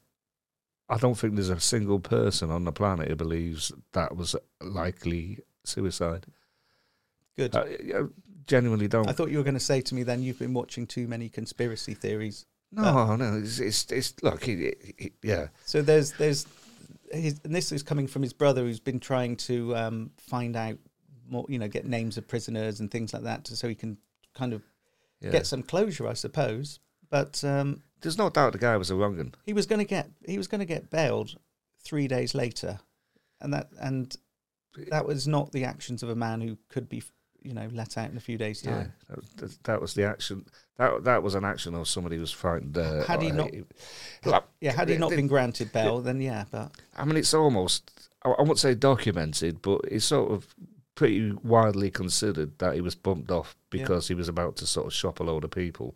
S3: I don't think there's a single person on the planet who believes that was likely suicide.
S2: Good.
S3: I, I genuinely don't.
S2: I thought you were going to say to me then you've been watching too many conspiracy theories.
S3: No, no, it's it's, it's look, it, it, it, yeah,
S2: So there's there's his, and this is coming from his brother who's been trying to um, find out more, you know, get names of prisoners and things like that, to, so he can kind of
S3: yeah.
S2: get some closure, I suppose. But um,
S3: There's no doubt the guy was a wrong un.
S2: he was going to get he was going to get bailed three days later, and that and that was not the actions of a man who could be you know let out in a few days'
S3: Yeah,
S2: time.
S3: that, was- that was the action. That that was an action of somebody who was frightened. Uh,
S2: Had he
S3: uh,
S2: not-
S3: Look,
S2: Yeah, had he
S3: the-
S2: not
S3: the-
S2: been granted bail, then yeah, but
S3: I mean, it's almost. I, I won't say documented, but it's sort of pretty widely considered that he was bumped off
S2: Yeah.
S3: because he was about to sort of shop a load of people.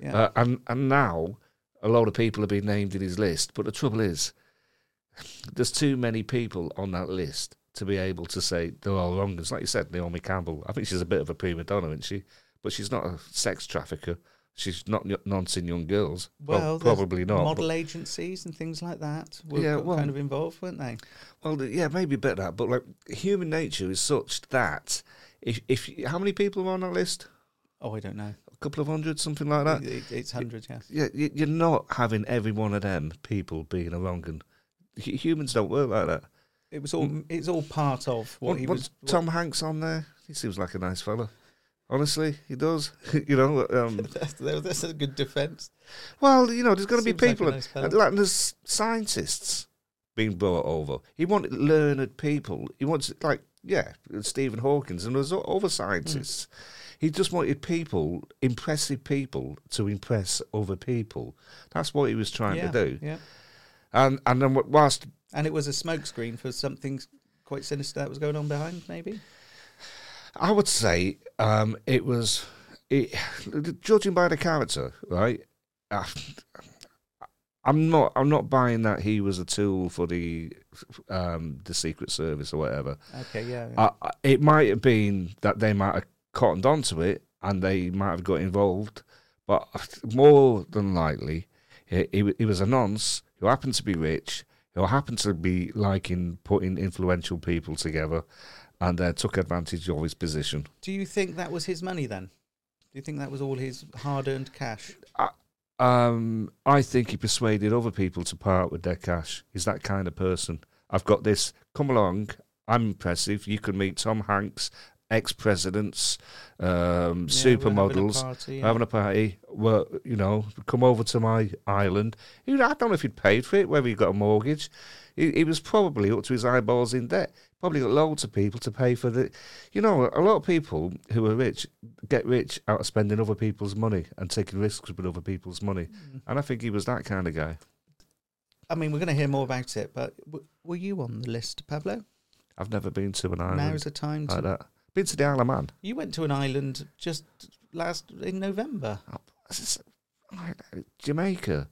S2: yeah,
S3: Uh, and and now a lot of people have been named in his list, but the trouble is, there's too many people on that list to be able to say they're all wrong. It's like you said, Naomi Campbell. I think she's a bit of a prima donna, isn't she? But she's not a sex trafficker. She's not n- noncing young girls. Well,
S2: well, there's
S3: probably not.
S2: Model
S3: but-
S2: agencies and things like that were
S3: Yeah,
S2: co-
S3: well-
S2: kind of involved, weren't they?
S3: well, th- yeah, maybe a bit of that. But like human nature is such that if if you- how many people are on that list?
S2: Oh, I don't know.
S3: A couple of hundred, something like that.
S2: It- it- it's hundred, yeah.
S3: Yeah, y- you're not having every one of them people being a wrong un. H- Humans don't work like that.
S2: It was all it's all part of Mm. what
S3: What,
S2: he
S3: what's
S2: was. what-
S3: Tom Hanks on there? He seems like a nice fella. Honestly, he does. you know, um,
S2: that's, that's a good defense.
S3: well, you know, there's going to be
S2: Seems like a
S3: people,
S2: nice fella.
S3: and like, there's scientists being brought over. He wanted learned people. He wants like yeah, Stephen Hawkins and there's o- other scientists.
S2: Hmm.
S3: He just wanted people, impressive people, to impress other people. That's what he was trying
S2: yeah,
S3: to do.
S2: yeah.
S3: And and then wh- whilst
S2: And it was a smokescreen for something quite sinister that was going on behind, maybe.
S3: I would say um, it was, it, judging by the character, right? I, I'm not. I'm not buying that he was a tool for the um, the Secret Service or whatever.
S2: Okay, yeah. yeah.
S3: I, I- it might have been that they might have cottoned onto it and they might have got involved, but more than likely, it, it, wa- it was a nonce who happened to be rich, who happened to be liking putting influential people together, and uh, took advantage of his position.
S2: Do you think that was his money then? Do you think that was all his hard-earned cash?
S3: Um, I think he persuaded other people to part with their cash. He's that kind of person. I've got this. Come along. I'm impressive. You can meet Tom Hanks, ex presidents, um,
S2: Yeah, we're having a
S3: supermodels,
S2: party, yeah.
S3: having a party. Well, you know, come over to my island. You know, I don't know if he'd paid for it, whether he got a mortgage. He, he was probably up to his eyeballs in debt. Probably got loads of people to pay for the. You know, a lot of people who are rich get rich out of spending other people's money and taking risks with other people's money.
S2: Mm.
S3: And I think he was that kind of guy.
S2: I mean, we're going to hear more about it, but w- were you on the list, Pablo?
S3: I've never been to an island
S2: Now's the time to.
S3: like that. Been to the Isle of Man.
S2: You went to an island just last in November.
S3: It's- it's- Jamaica.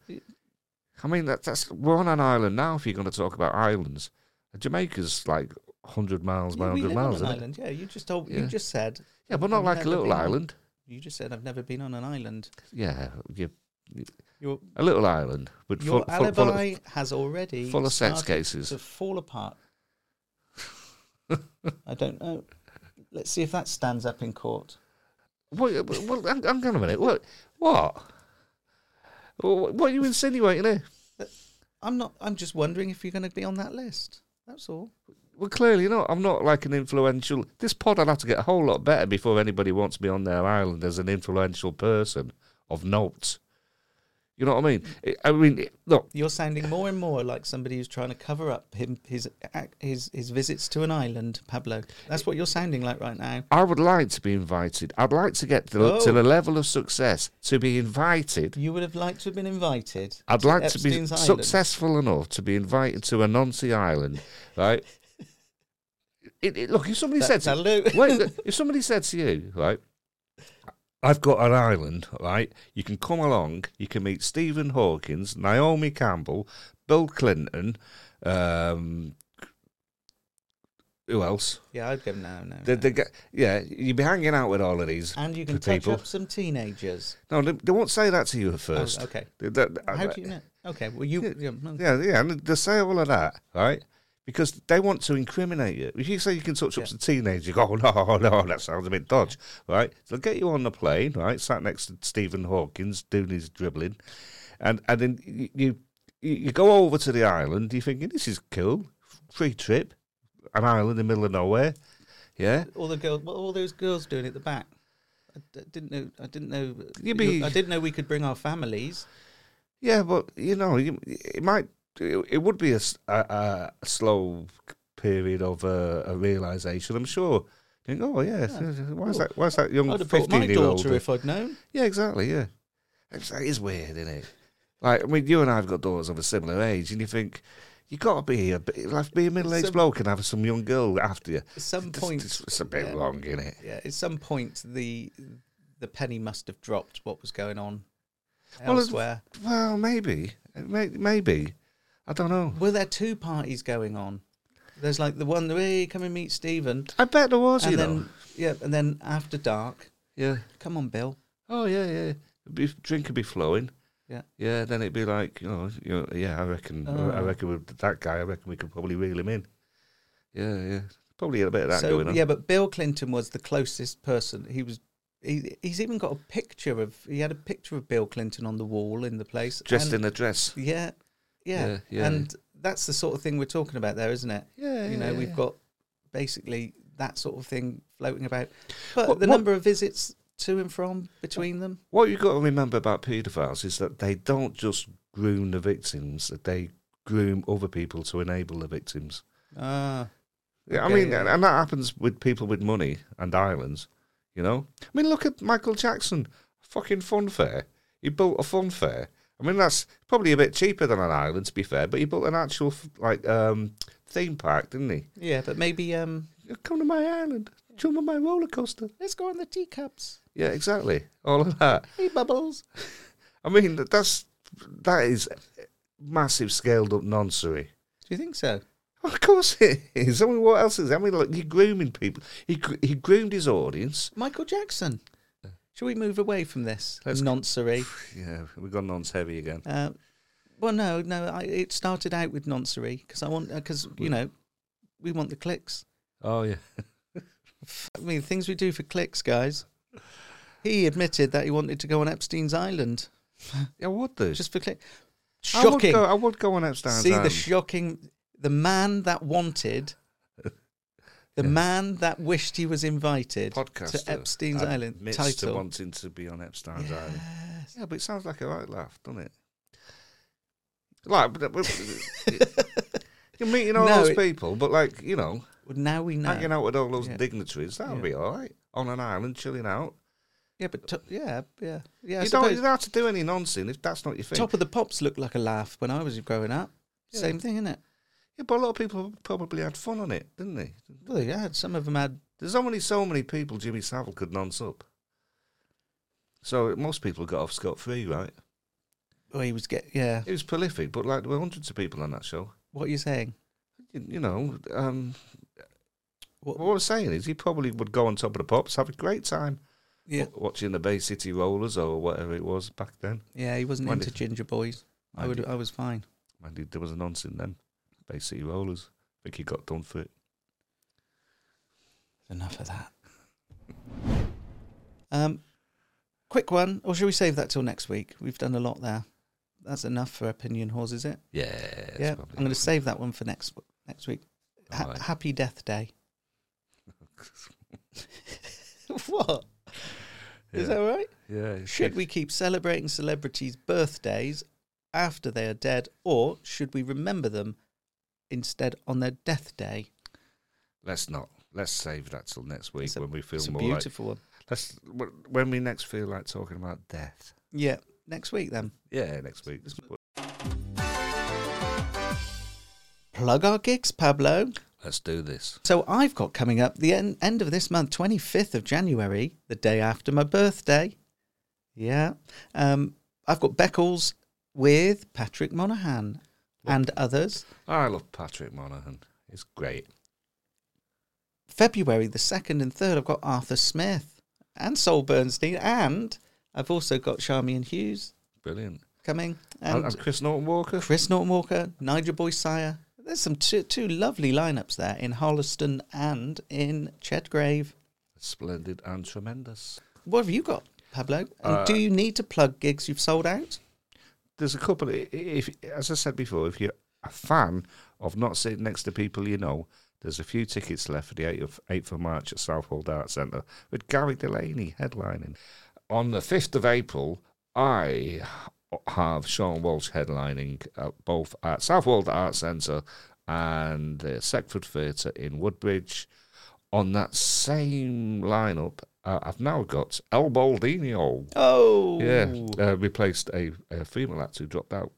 S3: I mean, that, that's we're on an island now. If you're going to talk about islands, Jamaica's like hundred miles, by
S2: Yeah, we
S3: hundred
S2: live
S3: miles.
S2: on
S3: isn't
S2: an
S3: it?
S2: island. Yeah, you just told.
S3: Yeah.
S2: You just said.
S3: Yeah, but not
S2: I've
S3: like a
S2: never
S3: little
S2: been on-
S3: island.
S2: You just said I've never been on an island.
S3: Yeah, you,
S2: Your
S3: a little island, but
S2: your
S3: full, full, full,
S2: alibi
S3: of,
S2: has already
S3: full of sex
S2: started
S3: cases.
S2: to fall apart. I don't know. Let's see if that stands up in court.
S3: What, what, hang, hang on a minute. What? What? What, what are you insinuating here?
S2: I'm not. I'm just wondering if you're going to be on that list. That's all.
S3: Well, clearly not. I'm not like an influential. This pod, I'd have to get a whole lot better before anybody wants me on their island as an influential person of note. You know what I mean? It- I mean, it- look,
S2: You're sounding more and more like somebody who's trying to cover up him his ac- his his visits to an island, Pablo. That's what you're sounding like right now.
S3: I would like to be invited. I'd like to get to, the- to
S2: Oh.
S3: the level of success to be invited.
S2: You would have liked to have been invited.
S3: I'd like
S2: Epstein's
S3: to be
S2: Island.
S3: successful enough to be invited to a Nancy island, right? It, it- look, if somebody
S2: That-
S3: said to-
S2: hello.
S3: wait, look, if somebody said to you, right, I've got an island, right? You can come along. You can meet Stephen Hawkins, Naomi Campbell, Bill Clinton. Um, who else?
S2: Yeah, I'd go no, no.
S3: The,
S2: no.
S3: the, guy- yeah, you'd be hanging out with all of these.
S2: and you can
S3: p-
S2: touch
S3: people.
S2: up some teenagers.
S3: No, they, they won't say that to you at
S2: Oh,
S3: first.
S2: okay.
S3: They- they-
S2: How do you know? Okay. Well, you. Yeah. mm,
S3: Yeah, yeah, and they say all of that, right? Because they want to incriminate you. If you say you can touch up
S2: Yeah.
S3: to teenagers, you go, oh, no, no, that sounds a bit dodge, right? They'll get you on the plane, right, sat next to Stephen Hawkins doing his dribbling, and and then you you, you go over to the island. You're thinking this is cool, free trip, an island in the middle of nowhere, yeah.
S2: All the girls. What are all those girls doing at the back? I d- didn't know. I didn't know.
S3: You be-
S2: I didn't know we could bring our families.
S3: Yeah, but you know, you, it might it, it would be a, s- a- a slow period of uh, a realization. I'm sure. You think, oh yeah, why is that? Why is that young
S2: I'd have brought
S3: fifteen
S2: my
S3: year old?
S2: daughter if I'd known.
S3: Yeah, exactly. Yeah, it's, that is weird, isn't it? Like, I mean, you and I have got daughters of a similar age, and you think you got to be a bit- like be a middle aged
S2: Some-
S3: bloke and have some young girl after you.
S2: At some
S3: It's-
S2: point,
S3: it's, it's a bit
S2: yeah.
S3: wrong, isn't it?
S2: yeah. At some point, the the penny must have dropped. What was going on
S3: Well, it's-
S2: elsewhere?
S3: Well, maybe, May- maybe. I don't know.
S2: Were there two parties going on? There's like the one. Hey, come and meet Stephen.
S3: I bet there was, you
S2: And
S3: know.
S2: then yeah, and then after dark.
S3: Yeah.
S2: Come on, Bill.
S3: Oh yeah, yeah. It'd Be, drink would be flowing.
S2: Yeah.
S3: Yeah. Then it'd be like, you know, you know yeah. I reckon. I
S2: Oh.
S3: reckon with that guy, I reckon we could probably reel him in. Yeah, yeah. Probably a bit of that
S2: so
S3: going on.
S2: yeah, but Bill Clinton was the closest person. He was. He, he's even got a picture of. He had a picture of Bill Clinton on the wall in the place.
S3: Dressed
S2: and-
S3: in a dress.
S2: Yeah, yeah,
S3: Yeah, yeah.
S2: and that's the sort of thing we're talking about there, isn't it?
S3: Yeah,
S2: you know,
S3: yeah,
S2: we've
S3: yeah.
S2: got basically that sort of thing floating about. But
S3: What-
S2: the
S3: what-
S2: number of visits to and from between them.
S3: What you've got to remember about paedophiles is that they don't just groom the victims; that they groom other people to enable the victims.
S2: Ah,
S3: Yeah, I
S2: Okay,
S3: mean,
S2: yeah.
S3: and- and that happens with people with money and islands, you know? I mean, look at Michael Jackson. Fucking fun fair. He built a fun fair. I mean, that's probably a bit cheaper than an island, to be fair, but he built an actual, f- like, um, theme park, didn't he?
S2: Yeah, but maybe um,
S3: Come to my island. Jump on my roller coaster.
S2: let's go on the teacups.
S3: Yeah, exactly. All of that.
S2: Hey, bubbles.
S3: I mean, th- that's that is massive scaled up nonsense.
S2: Do you think so?
S3: Of course it is. I mean, what else is? I mean, look, you're grooming people. He gr- he groomed his audience.
S2: Michael Jackson. Shall we move away from this
S3: Let's-
S2: noncery?
S3: Yeah, we've gone nonce heavy again.
S2: Uh, well, no, no. I, it started out with noncery because I want because you know we want the clicks.
S3: Oh yeah.
S2: I mean, things we do for clicks, guys. He admitted that he wanted to go on Epstein's island
S3: Yeah, I would do.
S2: just for click.
S3: I would,
S2: Shocking.
S3: go, I would go on Epstein's
S2: See the
S3: Island.
S2: shocking. The man that wanted. The
S3: Yeah.
S2: man that wished he was invited
S3: podcaster
S2: to Epstein's Island.
S3: uh, admits
S2: Title.
S3: to wanting to be on Epstein's Island.
S2: Yes.
S3: Yeah, but it sounds like a right laugh, doesn't it? Like, but, but, you're meeting all
S2: No,
S3: those
S2: it-
S3: people, but like, you know,
S2: Well, now we know.
S3: hanging out with all those
S2: Yeah.
S3: dignitaries, that would
S2: Yeah.
S3: be all right. On an island, chilling out.
S2: Yeah, but to- yeah, yeah, yeah. I
S3: you, don't,
S2: suppose
S3: you don't have to do any nonsense if that's not your thing.
S2: Top of the Pops looked like a laugh when I was growing up.
S3: Yeah.
S2: Same thing, innit?
S3: yeah, but a lot of people probably had fun on it, didn't they?
S2: Well, yeah, some of them had.
S3: There's only so many people Jimmy Savile could nonce up. So most people got off scot free, right?
S2: Oh, he was get. Yeah,
S3: It was prolific, but like there were hundreds of people on that show.
S2: what are you saying?
S3: You, you know, um,
S2: What-
S3: what, I'm saying is he probably would go on top of the pops, have a great time
S2: Yeah,
S3: wa- watching the Bay City Rollers or whatever it was back then.
S2: yeah, he wasn't
S3: Mind
S2: into
S3: if-
S2: ginger boys. I would. I was fine.
S3: Mind you, there was a nonsense then. Bay City Rollers. I think he got done for it.
S2: Enough of that. Um, quick one, or shall we save that till next week? We've done a lot there. That's enough for opinion whores, is it?
S3: Yeah, it's
S2: yeah,
S3: probably-
S2: I'm going to save that one for next next week. Ha-
S3: Alright.
S2: Happy Death Day. what is
S3: yeah.
S2: that all right?
S3: Yeah,
S2: Should we keep celebrating celebrities' birthdays after they are dead, or should we remember them instead on their death day?
S3: Let's not. Let's save that till next week
S2: It's a-
S3: when we feel
S2: it's a
S3: more like.
S2: beautiful one.
S3: Let's wh- when we next feel like talking about death.
S2: Yeah, next week then.
S3: Yeah, next week.
S2: Plug our gigs, Pablo.
S3: Let's do this.
S2: So I've got coming up the en- end of this month, 25th of January, the day after my birthday. Yeah. Um, I've got Beckles with Patrick Monaghan and others.
S3: I love Patrick Monaghan. It's great.
S2: February the 2nd and 3rd, I've got Arthur Smith and Sol Bernstein, and I've also got Charmian Hughes
S3: Brilliant.
S2: coming,
S3: And,
S2: and
S3: and Chris Norton Walker.
S2: Chris Norton Walker, Nigel Boy Sire. There's some two, two lovely lineups there in Holliston and in Chedgrave.
S3: Splendid and tremendous.
S2: What have you got, Pablo? And
S3: Uh,
S2: do you need to plug gigs you've sold out?
S3: There's a couple. i- i- If, as I said before, if you're a fan of not sitting next to people you know, there's a few tickets left for the 8th of, 8th of March at Southwold Arts Centre with Gary Delaney headlining. On the 5th of April, I have Sean Walsh headlining at both at Southwold Arts Centre and the Seckford Theatre in Woodbridge. On that same lineup, uh, I've now got El Baldino.
S2: Oh,
S3: Yeah, uh, replaced a, a female act who dropped out.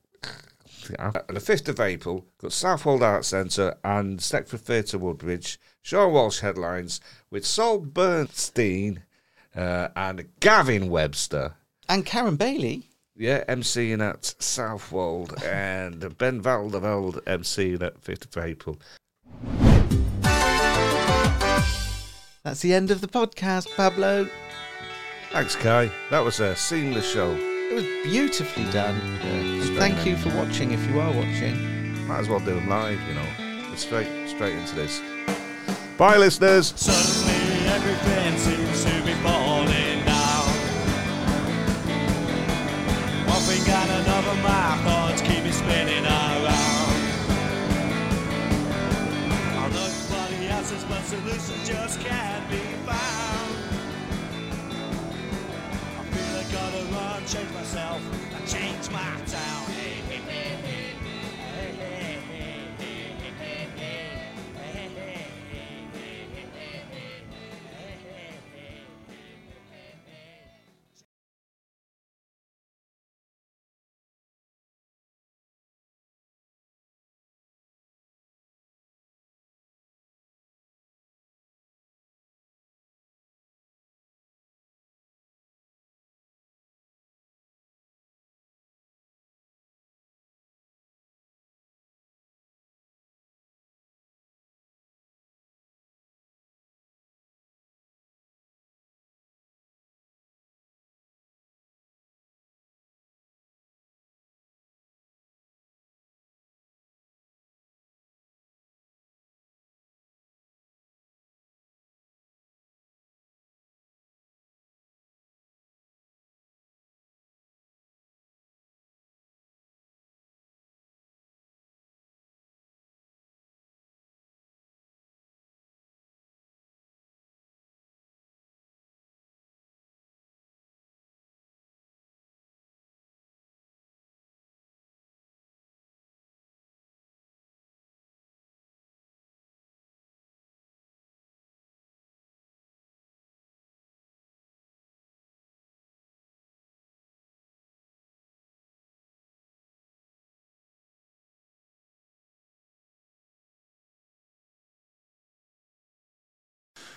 S3: Yeah. Uh, the 5th of April, got Southwold Arts Centre and Steckford Theatre Woodbridge, Sean Walsh headlines with Sol Bernstein uh, and Gavin Webster.
S2: And Karen Bailey.
S3: Yeah, emceeing at Southwold and Ben Valdeveld emceeing at 5th of April.
S2: That's the end of the podcast, Pablo.
S3: Thanks, Kai. That was a seamless show.
S2: It was beautifully done.
S3: Yeah,
S2: And
S3: straight
S2: thank
S3: in.
S2: you for watching if you are watching.
S3: Might as well do them live, you know. It's straight, straight into this. Bye, listeners.
S1: Suddenly everything seems to be falling down. One thing and another, my thoughts keep me spinning around. I look for the answers, but solutions just can't be found. I feel I gotta run, change myself, and change my town. Hey, hey, hey, hey, hey, hey, hey, hey, hey, hey, hey, hey, hey, hey.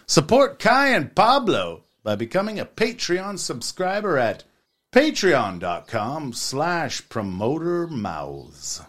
S5: Support Kai and Pablo by becoming a Patreon subscriber at patreon.com slash promoter mouths.